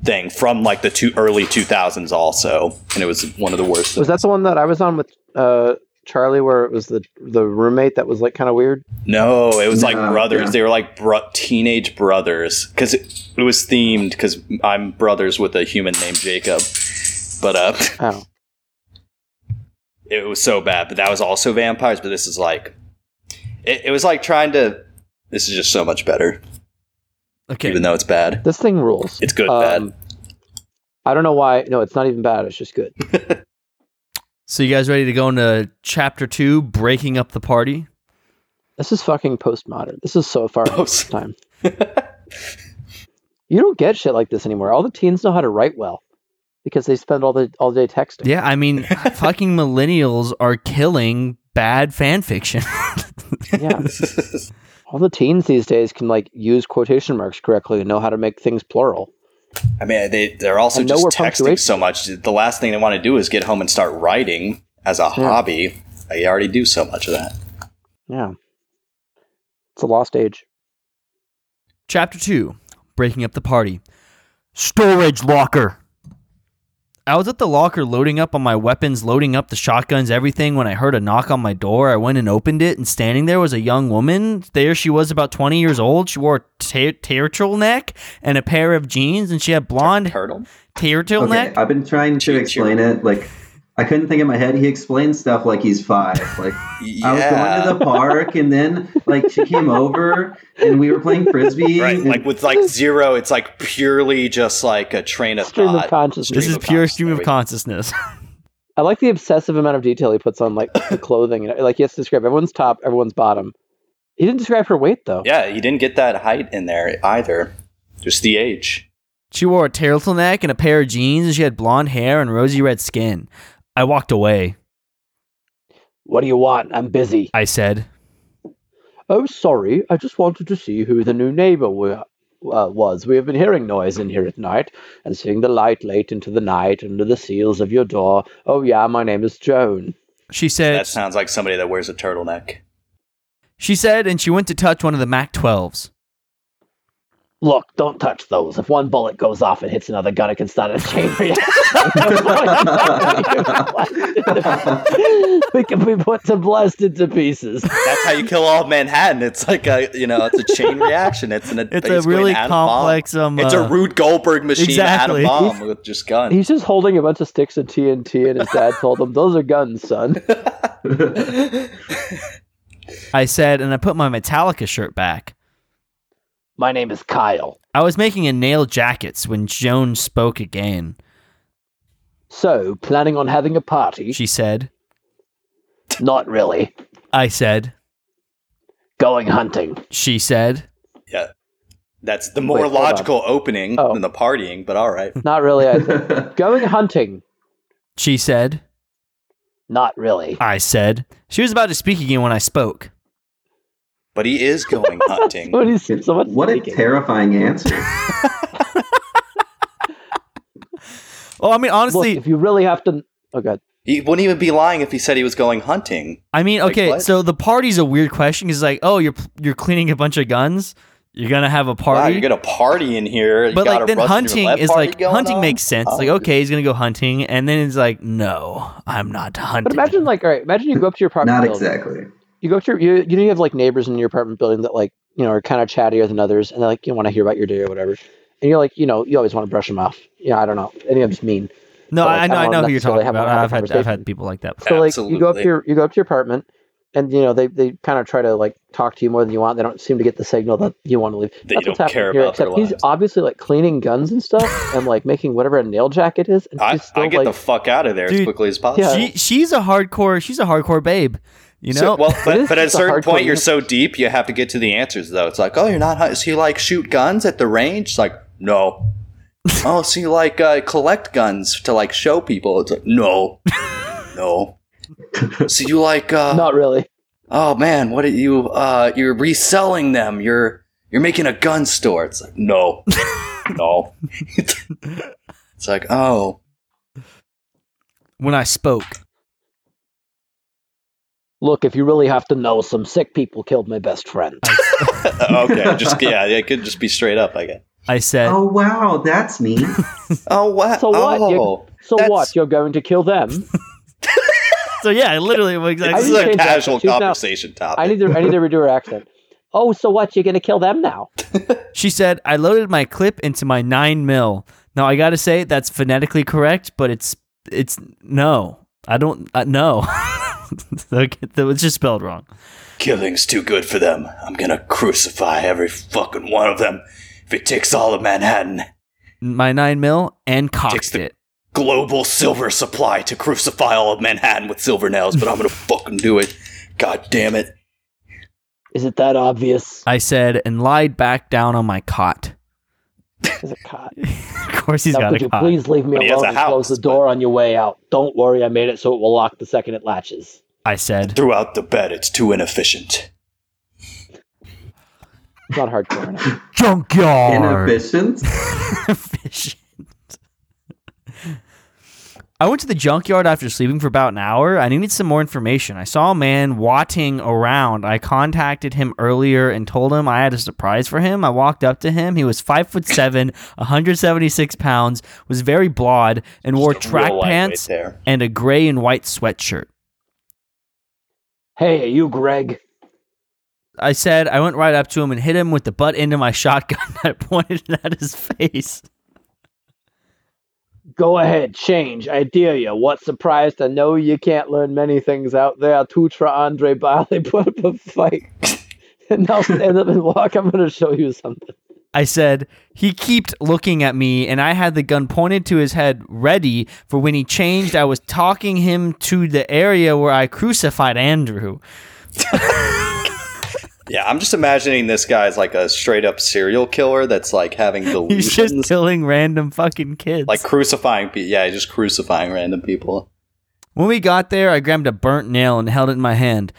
Speaker 3: thing from like the two early 2000s also and it was one of the worst
Speaker 2: was
Speaker 3: things.
Speaker 2: that the one that I was on with uh, Charlie, where it was the the roommate that was like kind of weird?
Speaker 3: No, it was like
Speaker 4: No,
Speaker 3: brothers.
Speaker 4: yeah.
Speaker 3: They were like bro- teenage brothers because it, it was themed because I'm brothers with a human named Jacob. But uh,
Speaker 2: Oh,
Speaker 3: it was so bad. But that was also vampires. But this is like, it, it was like trying to. This is just so much better,
Speaker 1: Okay.
Speaker 3: even though it's bad.
Speaker 2: this thing rules.
Speaker 3: It's good,
Speaker 2: Um, I don't know why. No, it's not even bad. It's just good.
Speaker 1: So you guys ready to go into chapter two, breaking up the party?
Speaker 2: This is fucking postmodern. This is so far ahead of its
Speaker 3: Post-
Speaker 2: time. you don't get shit like this anymore. All the teens know how to write well because they spend all the all day texting.
Speaker 1: Yeah, I mean, fucking millennials are killing bad fan fiction.
Speaker 2: yeah.
Speaker 3: bad.
Speaker 2: All the teens these days can like use quotation marks correctly and know how to make things plural.
Speaker 3: I mean, they they're also
Speaker 2: And know
Speaker 3: just
Speaker 2: where
Speaker 3: texting
Speaker 2: punctuation
Speaker 3: so much. The last thing they want to do is get home and start writing as a hobby. They already do so much of that.
Speaker 2: Yeah. It's a lost age.
Speaker 1: Chapter 2 Breaking Up the Party Storage Locker. I was at the locker loading up on my weapons, loading up the shotguns, everything, when I heard a knock on my door. I went and opened it, and standing there was a young woman. There she was, about 20 years old. She wore a tur- turtle neck and a pair of jeans, and she had blonde
Speaker 3: Turtle.
Speaker 1: turtle
Speaker 4: Okay,
Speaker 1: neck.
Speaker 4: I've been trying to
Speaker 3: Chew-
Speaker 4: explain it. Like, I couldn't think in my head. He explains stuff like he's five. Like, I was going to
Speaker 3: Yeah.
Speaker 4: the park, and then like she came over, and we were playing frisbee.
Speaker 3: Right,
Speaker 4: and-
Speaker 3: like with like zero, it's like purely just like a train of
Speaker 2: Stream of
Speaker 3: thought.
Speaker 2: consciousness.
Speaker 3: Stream
Speaker 1: This is
Speaker 3: of
Speaker 1: pure
Speaker 3: consciousness.
Speaker 1: stream
Speaker 3: There
Speaker 1: of
Speaker 3: we go.
Speaker 1: consciousness.
Speaker 2: I like the obsessive amount of detail he puts on like the clothing and like he has to describe everyone's top, everyone's bottom. He didn't describe her weight though.
Speaker 3: Yeah, he didn't get that height in there either. Just the age.
Speaker 1: She wore a turtleneck and a pair of jeans, and she had blonde hair and rosy red skin. I walked away.
Speaker 2: What do you want? I'm busy.
Speaker 1: I said,
Speaker 2: Oh, sorry. I just wanted to see who the new neighbor were, uh, was. We have been hearing noise in here at night and seeing the light late into the night under the seals of your door. Oh, yeah, my name is Joan.
Speaker 1: She said,
Speaker 3: That sounds like somebody that wears a turtleneck.
Speaker 1: She said, and she went to touch one of the Mac 12s.
Speaker 2: Look, don't touch those. If one bullet goes off and hits another gun, it can start a chain reaction. we can be put to blessed into pieces.
Speaker 3: That's how you kill all of Manhattan. It's like a you know, it's a chain reaction. It's an
Speaker 1: It's a
Speaker 3: basically an
Speaker 1: really
Speaker 3: atom
Speaker 1: complex. Um,
Speaker 3: Bomb. It's a
Speaker 1: uh,
Speaker 3: Rube Goldberg machine
Speaker 1: Exactly.
Speaker 3: atom bomb with just guns.
Speaker 6: He's just holding a bunch of sticks of TNT, and his dad told him, "Those are guns, son."
Speaker 1: I said, and I put my Metallica shirt back.
Speaker 2: My name is Kyle.
Speaker 1: I was making a nail jackets when Joan spoke again.
Speaker 2: So, planning on having a party?
Speaker 1: She said,
Speaker 2: Not really.
Speaker 1: I said,
Speaker 2: Going hunting.
Speaker 1: she said,
Speaker 3: yeah. That's the more
Speaker 2: Wait, hold on.
Speaker 3: logical opening
Speaker 2: Oh.
Speaker 3: than the partying, but all right.
Speaker 2: Not really, I think. Going hunting.
Speaker 1: she said,
Speaker 2: Not really.
Speaker 1: I said. She was about to speak again when I spoke.
Speaker 3: But he is going hunting.
Speaker 2: What is someone
Speaker 4: what a
Speaker 2: speaking.
Speaker 4: terrifying answer.
Speaker 1: Oh, I mean,
Speaker 2: Look,
Speaker 1: honestly,
Speaker 2: if you really have to. Oh, God.
Speaker 3: He wouldn't even be lying if he said he was going hunting.
Speaker 1: I mean,
Speaker 3: Like
Speaker 1: okay,
Speaker 3: what?
Speaker 1: so the party's a weird question because like, oh, you're you're cleaning a bunch of guns, you're gonna have a party,
Speaker 3: Wow, you're gonna party in here. You
Speaker 1: but
Speaker 3: got
Speaker 1: like
Speaker 3: a
Speaker 1: then
Speaker 3: Rusty
Speaker 1: hunting
Speaker 3: Roulette
Speaker 1: is
Speaker 3: party
Speaker 1: like
Speaker 3: going
Speaker 1: hunting
Speaker 3: on?
Speaker 1: makes sense.
Speaker 3: Oh,
Speaker 1: like, okay, he's gonna go hunting, and then it's like, no, I'm not hunting.
Speaker 2: But imagine, like, all right, imagine you go up to your apartment.
Speaker 4: Not
Speaker 2: building.
Speaker 4: exactly.
Speaker 2: You go up to your. You, you know, you have, like, neighbors in your apartment building that, like, you know, are kind of chattier than others, and they're like, you want to hear about your day or whatever. And you're like, you know, you always want to brush them off. Yeah, I don't know. Any of them's mean.
Speaker 1: no,
Speaker 2: like,
Speaker 1: I,
Speaker 2: I
Speaker 1: know, I
Speaker 2: don't
Speaker 1: know who you're
Speaker 2: necessarily
Speaker 1: talking
Speaker 2: have a
Speaker 1: about.
Speaker 2: lot of
Speaker 1: I've had I've had
Speaker 2: conversation.
Speaker 1: people like that.
Speaker 2: So like you go up to
Speaker 3: Absolutely.
Speaker 2: your you go up to your apartment and you know they, they kind of try to like talk to you more than you want. They don't seem to get the signal that you want to leave.
Speaker 3: That you
Speaker 2: That's what's
Speaker 3: don't care
Speaker 2: happening here,
Speaker 3: about their
Speaker 2: except he's
Speaker 3: lives.
Speaker 2: obviously like cleaning guns and stuff and like making whatever a nail jacket is and
Speaker 3: I,
Speaker 2: she's still
Speaker 3: I get
Speaker 2: like
Speaker 3: the fuck out of there as
Speaker 1: Dude,
Speaker 3: quickly as possible.
Speaker 2: yeah.
Speaker 1: She she's a hardcore she's a hardcore babe, you know.
Speaker 3: So- well,
Speaker 2: It is
Speaker 3: but, but at a
Speaker 2: just a
Speaker 3: certain
Speaker 2: hardcore
Speaker 3: point, you're
Speaker 2: universe.
Speaker 3: so deep, you have to get to the answers. Though it's like, oh, you're not. hunt- Is he like shoot guns at the range? It's like, no. oh, so you like uh, collect guns to like show people? It's like, no, no. So you like, uh,
Speaker 2: not really.
Speaker 3: oh man, what are you? Uh, you're reselling them. You're you're making a gun store. It's like, no, no. it's like, oh,
Speaker 1: when I spoke,
Speaker 2: Look, if you really have to know, some sick people killed my best friend.
Speaker 3: Uh, okay. Just yeah, it could just be straight up. I guess.
Speaker 1: I said,
Speaker 4: Oh wow, that's neat.
Speaker 3: Oh wow.
Speaker 2: So what? You-
Speaker 3: Oh.
Speaker 2: So
Speaker 3: That's-
Speaker 2: what? You're going to kill them?
Speaker 1: so yeah, I literally
Speaker 2: I
Speaker 3: This is
Speaker 1: exactly.
Speaker 2: didn't
Speaker 3: a
Speaker 2: change that.
Speaker 3: casual
Speaker 2: She's now-
Speaker 3: conversation topic.
Speaker 2: I need to I need to redo her accent. Oh, so what? You're going to kill them now?
Speaker 1: She said, I loaded my clip into my nine mil. Now I gotta say that's phonetically correct, but it's it's no, I don't uh, no. Okay, that was just spelled wrong.
Speaker 3: Killing's too good for them. I'm gonna crucify every fucking one of them. If it takes all of Manhattan,
Speaker 1: My nine mil and cocked
Speaker 3: the-
Speaker 1: it.
Speaker 3: global silver supply to crucify all of Manhattan with silver nails, but I'm gonna fucking do it. God damn it.
Speaker 2: Is it that obvious?
Speaker 1: I said and lied back down on my cot.
Speaker 2: Is it caught?
Speaker 1: of course, he's
Speaker 2: now,
Speaker 1: got
Speaker 2: could
Speaker 1: a
Speaker 2: you
Speaker 1: cot.
Speaker 2: please leave me
Speaker 3: But he has
Speaker 2: alone
Speaker 3: a
Speaker 2: and
Speaker 3: house,
Speaker 2: close the
Speaker 3: but-
Speaker 2: door on your way out? Don't worry, I made it so it will lock the second it latches.
Speaker 1: I said,
Speaker 3: Threw out the bed, it's too inefficient.
Speaker 2: It's not hardcore enough.
Speaker 1: junkyard.
Speaker 4: Inefficient.
Speaker 1: Fish. I went to the junkyard after sleeping for about an hour. I needed some more information. I saw a man watting around. I contacted him earlier and told him I had a surprise for him. I walked up to him. He was five foot seven, 176 pounds, was very blond, and wore
Speaker 3: Just a
Speaker 1: track
Speaker 3: real lightweight
Speaker 1: pants
Speaker 3: There.
Speaker 1: and a gray and white sweatshirt.
Speaker 2: Hey, are you Greg?
Speaker 1: I said I went right up to him and hit him with the butt end of my shotgun. I pointed it at his face.
Speaker 2: Go ahead, change. I dare you. What surprise to know you can't learn many things out there. Tutra Andre Barley put up a fight. and now stand up and walk. I'm going to show you something.
Speaker 1: I said, he kept looking at me, and I had the gun pointed to his head, ready for when he changed. I was talking him to the area where I crucified Andrew.
Speaker 3: Yeah, I'm just imagining this guy's like a straight up serial killer that's like having
Speaker 1: He's just
Speaker 3: delusions.
Speaker 1: killing random fucking kids.
Speaker 3: Like crucifying people. Yeah, just crucifying random people.
Speaker 1: when we got there, I grabbed a burnt nail and held it in my hand.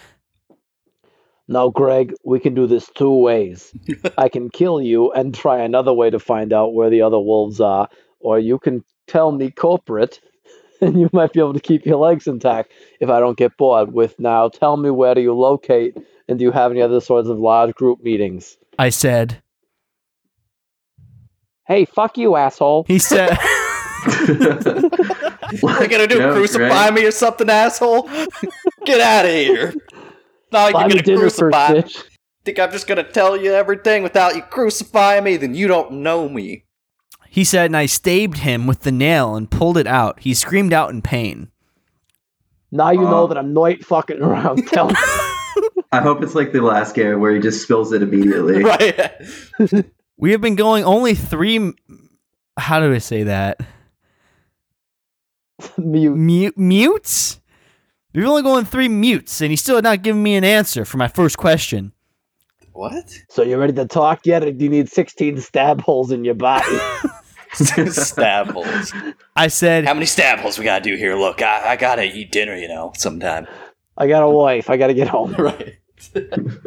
Speaker 2: Now, Greg, we can do this two ways. I can kill you and try another way to find out where the other wolves are, or you can tell me culprit and you might be able to keep your legs intact if I don't get bored with now tell me where do you locate and do you have any other sorts of large group meetings?
Speaker 1: I said,
Speaker 2: Hey, fuck you, asshole.
Speaker 1: He said,
Speaker 3: What are you gonna do?
Speaker 4: Joke,
Speaker 3: crucify
Speaker 4: right?
Speaker 3: me or something, asshole? Get out of here! Now you're
Speaker 2: Buy me
Speaker 3: gonna
Speaker 2: dinner first,
Speaker 3: crucify. me.
Speaker 2: bitch.
Speaker 3: Think I'm just gonna tell you everything without you crucifying me? Then you don't know me.
Speaker 1: he said, and I stabbed him with the nail and pulled it out. He screamed out in pain.
Speaker 2: Now you
Speaker 4: Wow.
Speaker 2: know that I'm not fucking around. Tell me.
Speaker 4: I hope it's like the last game where he just spills it immediately.
Speaker 3: Right?
Speaker 1: We have been going only three. m- How do I say that?
Speaker 2: Mute.
Speaker 1: Mute mutes. We've only going three mutes, and he still had not given me an answer for my first question.
Speaker 3: What?
Speaker 2: So you ready to talk yet, or do you need 16 stab holes in your body?
Speaker 3: stab holes.
Speaker 1: I said,
Speaker 3: How many stab holes we gotta do here? Look, I, I gotta eat dinner, you know, sometime.
Speaker 2: I got a wife. I got to get home.
Speaker 3: Right?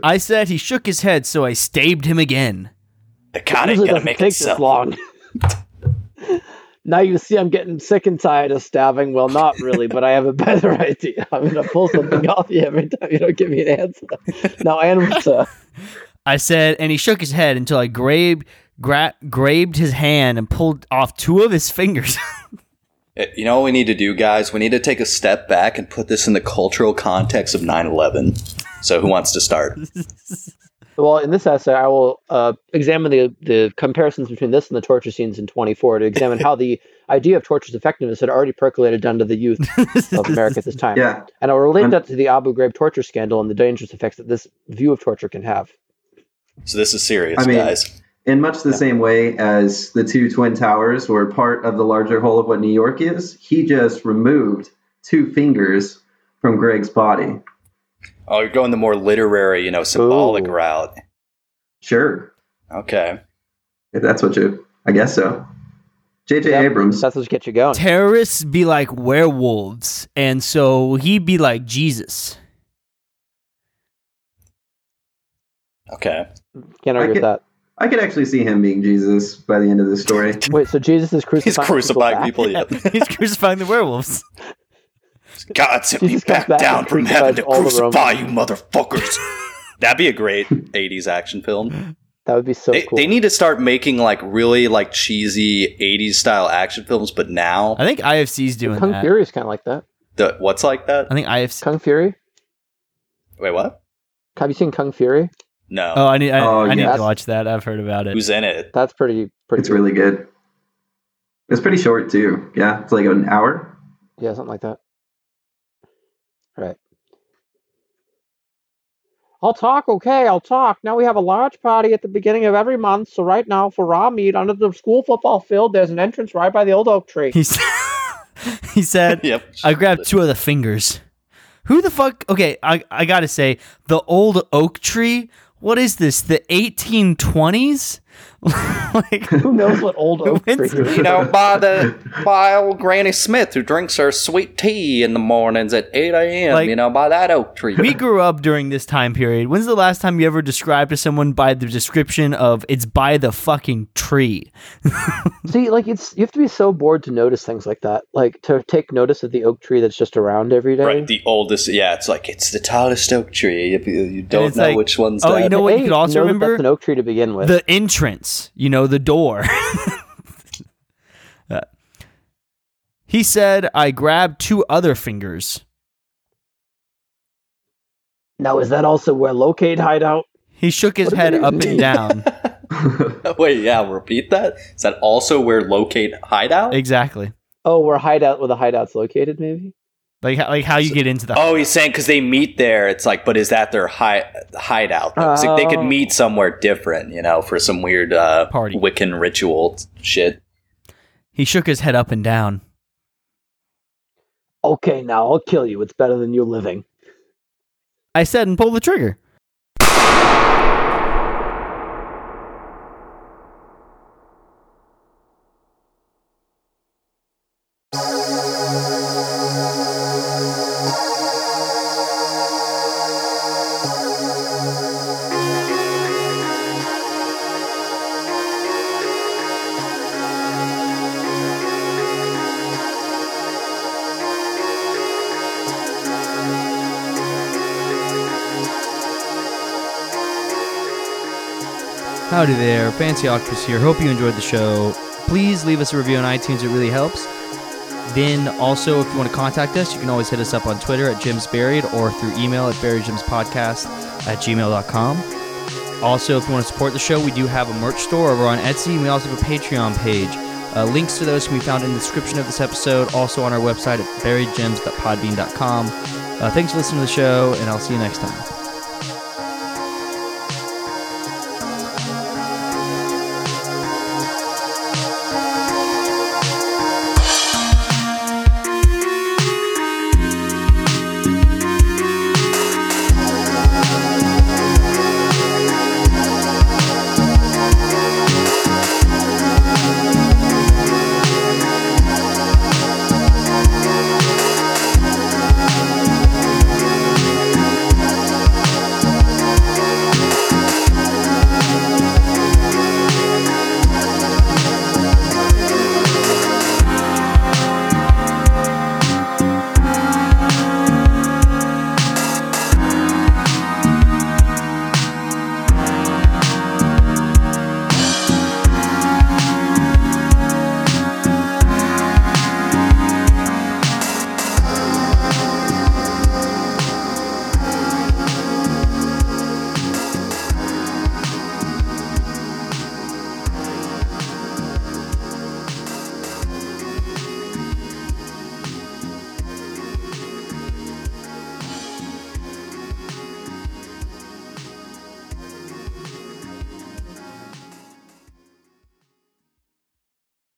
Speaker 1: I said. He shook his head, so I stabbed him again.
Speaker 3: The God ain't
Speaker 2: Usually
Speaker 3: gonna
Speaker 2: doesn't
Speaker 3: make
Speaker 2: take
Speaker 3: it
Speaker 2: this
Speaker 3: so.
Speaker 2: long. now you see, I'm getting sick and tired of stabbing. Well, not really, but I have a better idea. I'm gonna pull something off you every time you don't give me an answer. Now uh, answer.
Speaker 1: I said, and he shook his head until I grabbed, gra- grabbed his hand and pulled off two of his fingers.
Speaker 3: Uh, You know what we need to do, guys? We need to take a step back and put this in the cultural context of 9 11. So, who wants to start?
Speaker 2: Well, in this essay, I will uh, examine the the comparisons between this and the torture scenes in 24 to examine how the idea of torture's effectiveness had already percolated down to the youth of America at this time.
Speaker 4: Yeah.
Speaker 2: And I'll relate
Speaker 4: I'm-
Speaker 2: that to the Abu Ghraib torture scandal and the dangerous effects that this view of torture can have.
Speaker 3: So, this is serious,
Speaker 4: I mean-
Speaker 3: guys.
Speaker 4: In much the same way as the two Twin Towers were part of the larger whole of what New York is, he just removed two fingers from Greg's body.
Speaker 3: Oh, you're going the more literary, you know, symbolic
Speaker 2: Ooh.
Speaker 3: route.
Speaker 4: Sure.
Speaker 3: Okay.
Speaker 4: If that's what you, I guess so. J.J.
Speaker 2: Yep,
Speaker 4: Abrams.
Speaker 2: That's what gets you going.
Speaker 1: Terrorists be like werewolves, and so he be like Jesus.
Speaker 3: Okay.
Speaker 2: Can't
Speaker 4: I
Speaker 2: argue with
Speaker 4: get-
Speaker 2: that.
Speaker 4: I could actually see him being Jesus by the end of this story.
Speaker 2: Wait, so Jesus is
Speaker 3: He's
Speaker 2: crucifying
Speaker 3: crucifying
Speaker 2: people?
Speaker 3: people, yeah.
Speaker 1: He's crucifying the werewolves.
Speaker 3: God sent me
Speaker 2: Jesus comes
Speaker 3: back
Speaker 2: back
Speaker 3: down
Speaker 2: and
Speaker 3: from heaven to
Speaker 2: crucifies all the
Speaker 3: crucify you motherfuckers. That'd be a great 80s action film.
Speaker 2: back? That would be so
Speaker 3: they,
Speaker 2: cool.
Speaker 3: they need to start making like really like cheesy 80s style action films but now
Speaker 1: I think IFC's doing
Speaker 2: Kung
Speaker 1: that.
Speaker 2: Fury is kind of like that.
Speaker 3: the, what's like that
Speaker 1: I think IFC.
Speaker 2: Kung Fury.
Speaker 3: wait what
Speaker 2: Have you seen Kung Fury?
Speaker 3: no
Speaker 1: Oh, I need. I,
Speaker 4: Oh,
Speaker 1: I need
Speaker 4: yes.
Speaker 1: to watch that. I've heard about it.
Speaker 3: who's in it
Speaker 2: That's pretty. pretty
Speaker 4: It's really good. It's pretty short too. Yeah, it's like an hour.
Speaker 2: good. yeah, something like that. Right.
Speaker 5: I'll talk, okay, I'll talk. Now we have a large party at the beginning of every month, so right now for raw meat under the school football field, there's an entrance right by the old oak tree.
Speaker 1: He said. he said.
Speaker 3: yep
Speaker 1: I grabbed two of the fingers. Who the fuck? Okay, I I gotta say the old oak tree. What is this? The 1820s? like
Speaker 2: Who knows what old oak tree
Speaker 1: When's-
Speaker 2: is?
Speaker 3: you know by the by old granny smith who drinks her sweet tea in the mornings at 8 a.m
Speaker 1: Like-
Speaker 3: you know by that oak tree
Speaker 1: we grew up during this time period. When's the last time you ever described to someone by the description of it's by the fucking tree?
Speaker 2: See, like it's you have to be so bored to notice things like that. Like to take notice of the oak tree that's just around every day.
Speaker 3: right the oldest yeah it's like it's the tallest oak tree you, you don't
Speaker 1: it's
Speaker 3: know
Speaker 1: like,
Speaker 3: which one's
Speaker 1: oh,
Speaker 3: that.
Speaker 1: you know what you
Speaker 2: A,
Speaker 1: could also
Speaker 2: know that
Speaker 1: remember?
Speaker 2: that's an oak tree to begin with.
Speaker 1: The entrance, you know, the door. Uh, he said I grabbed two other fingers.
Speaker 2: now is that also where locate hideout?
Speaker 1: He shook his
Speaker 2: What does
Speaker 1: head
Speaker 2: that even
Speaker 1: up and
Speaker 2: mean?
Speaker 1: down.
Speaker 3: wait yeah repeat that is that also where locate hideout
Speaker 1: exactly.
Speaker 2: Oh, where hideout where the hideout's located, maybe.
Speaker 1: Like how, like how you get into the
Speaker 3: Oh, he's saying because they meet there. It's like, but is that their hi- hideout? Though? 'Cause they could
Speaker 2: Oh.
Speaker 3: meet somewhere different, you know, for some weird uh,
Speaker 1: Party.
Speaker 3: Wiccan ritual shit.
Speaker 1: He shook his head up and down.
Speaker 2: Okay, now I'll kill you. It's better than you living.
Speaker 1: I said and pull the trigger. Howdy there, Fancy Octopus here. Hope you enjoyed the show. Please leave us a review on iTunes, it really helps. Then also, if you want to contact us, you can always hit us up on Twitter at Jim's Buried or through email at buryjimspodcast at gmail.com. Also, if you want to support the show, we do have a merch store over on Etsy, and we also have a Patreon page. Uh, links to those can be found in the description of this episode, also on our website at buriedgems.podbean.com. Uh, thanks for listening to the show, and I'll see you next time.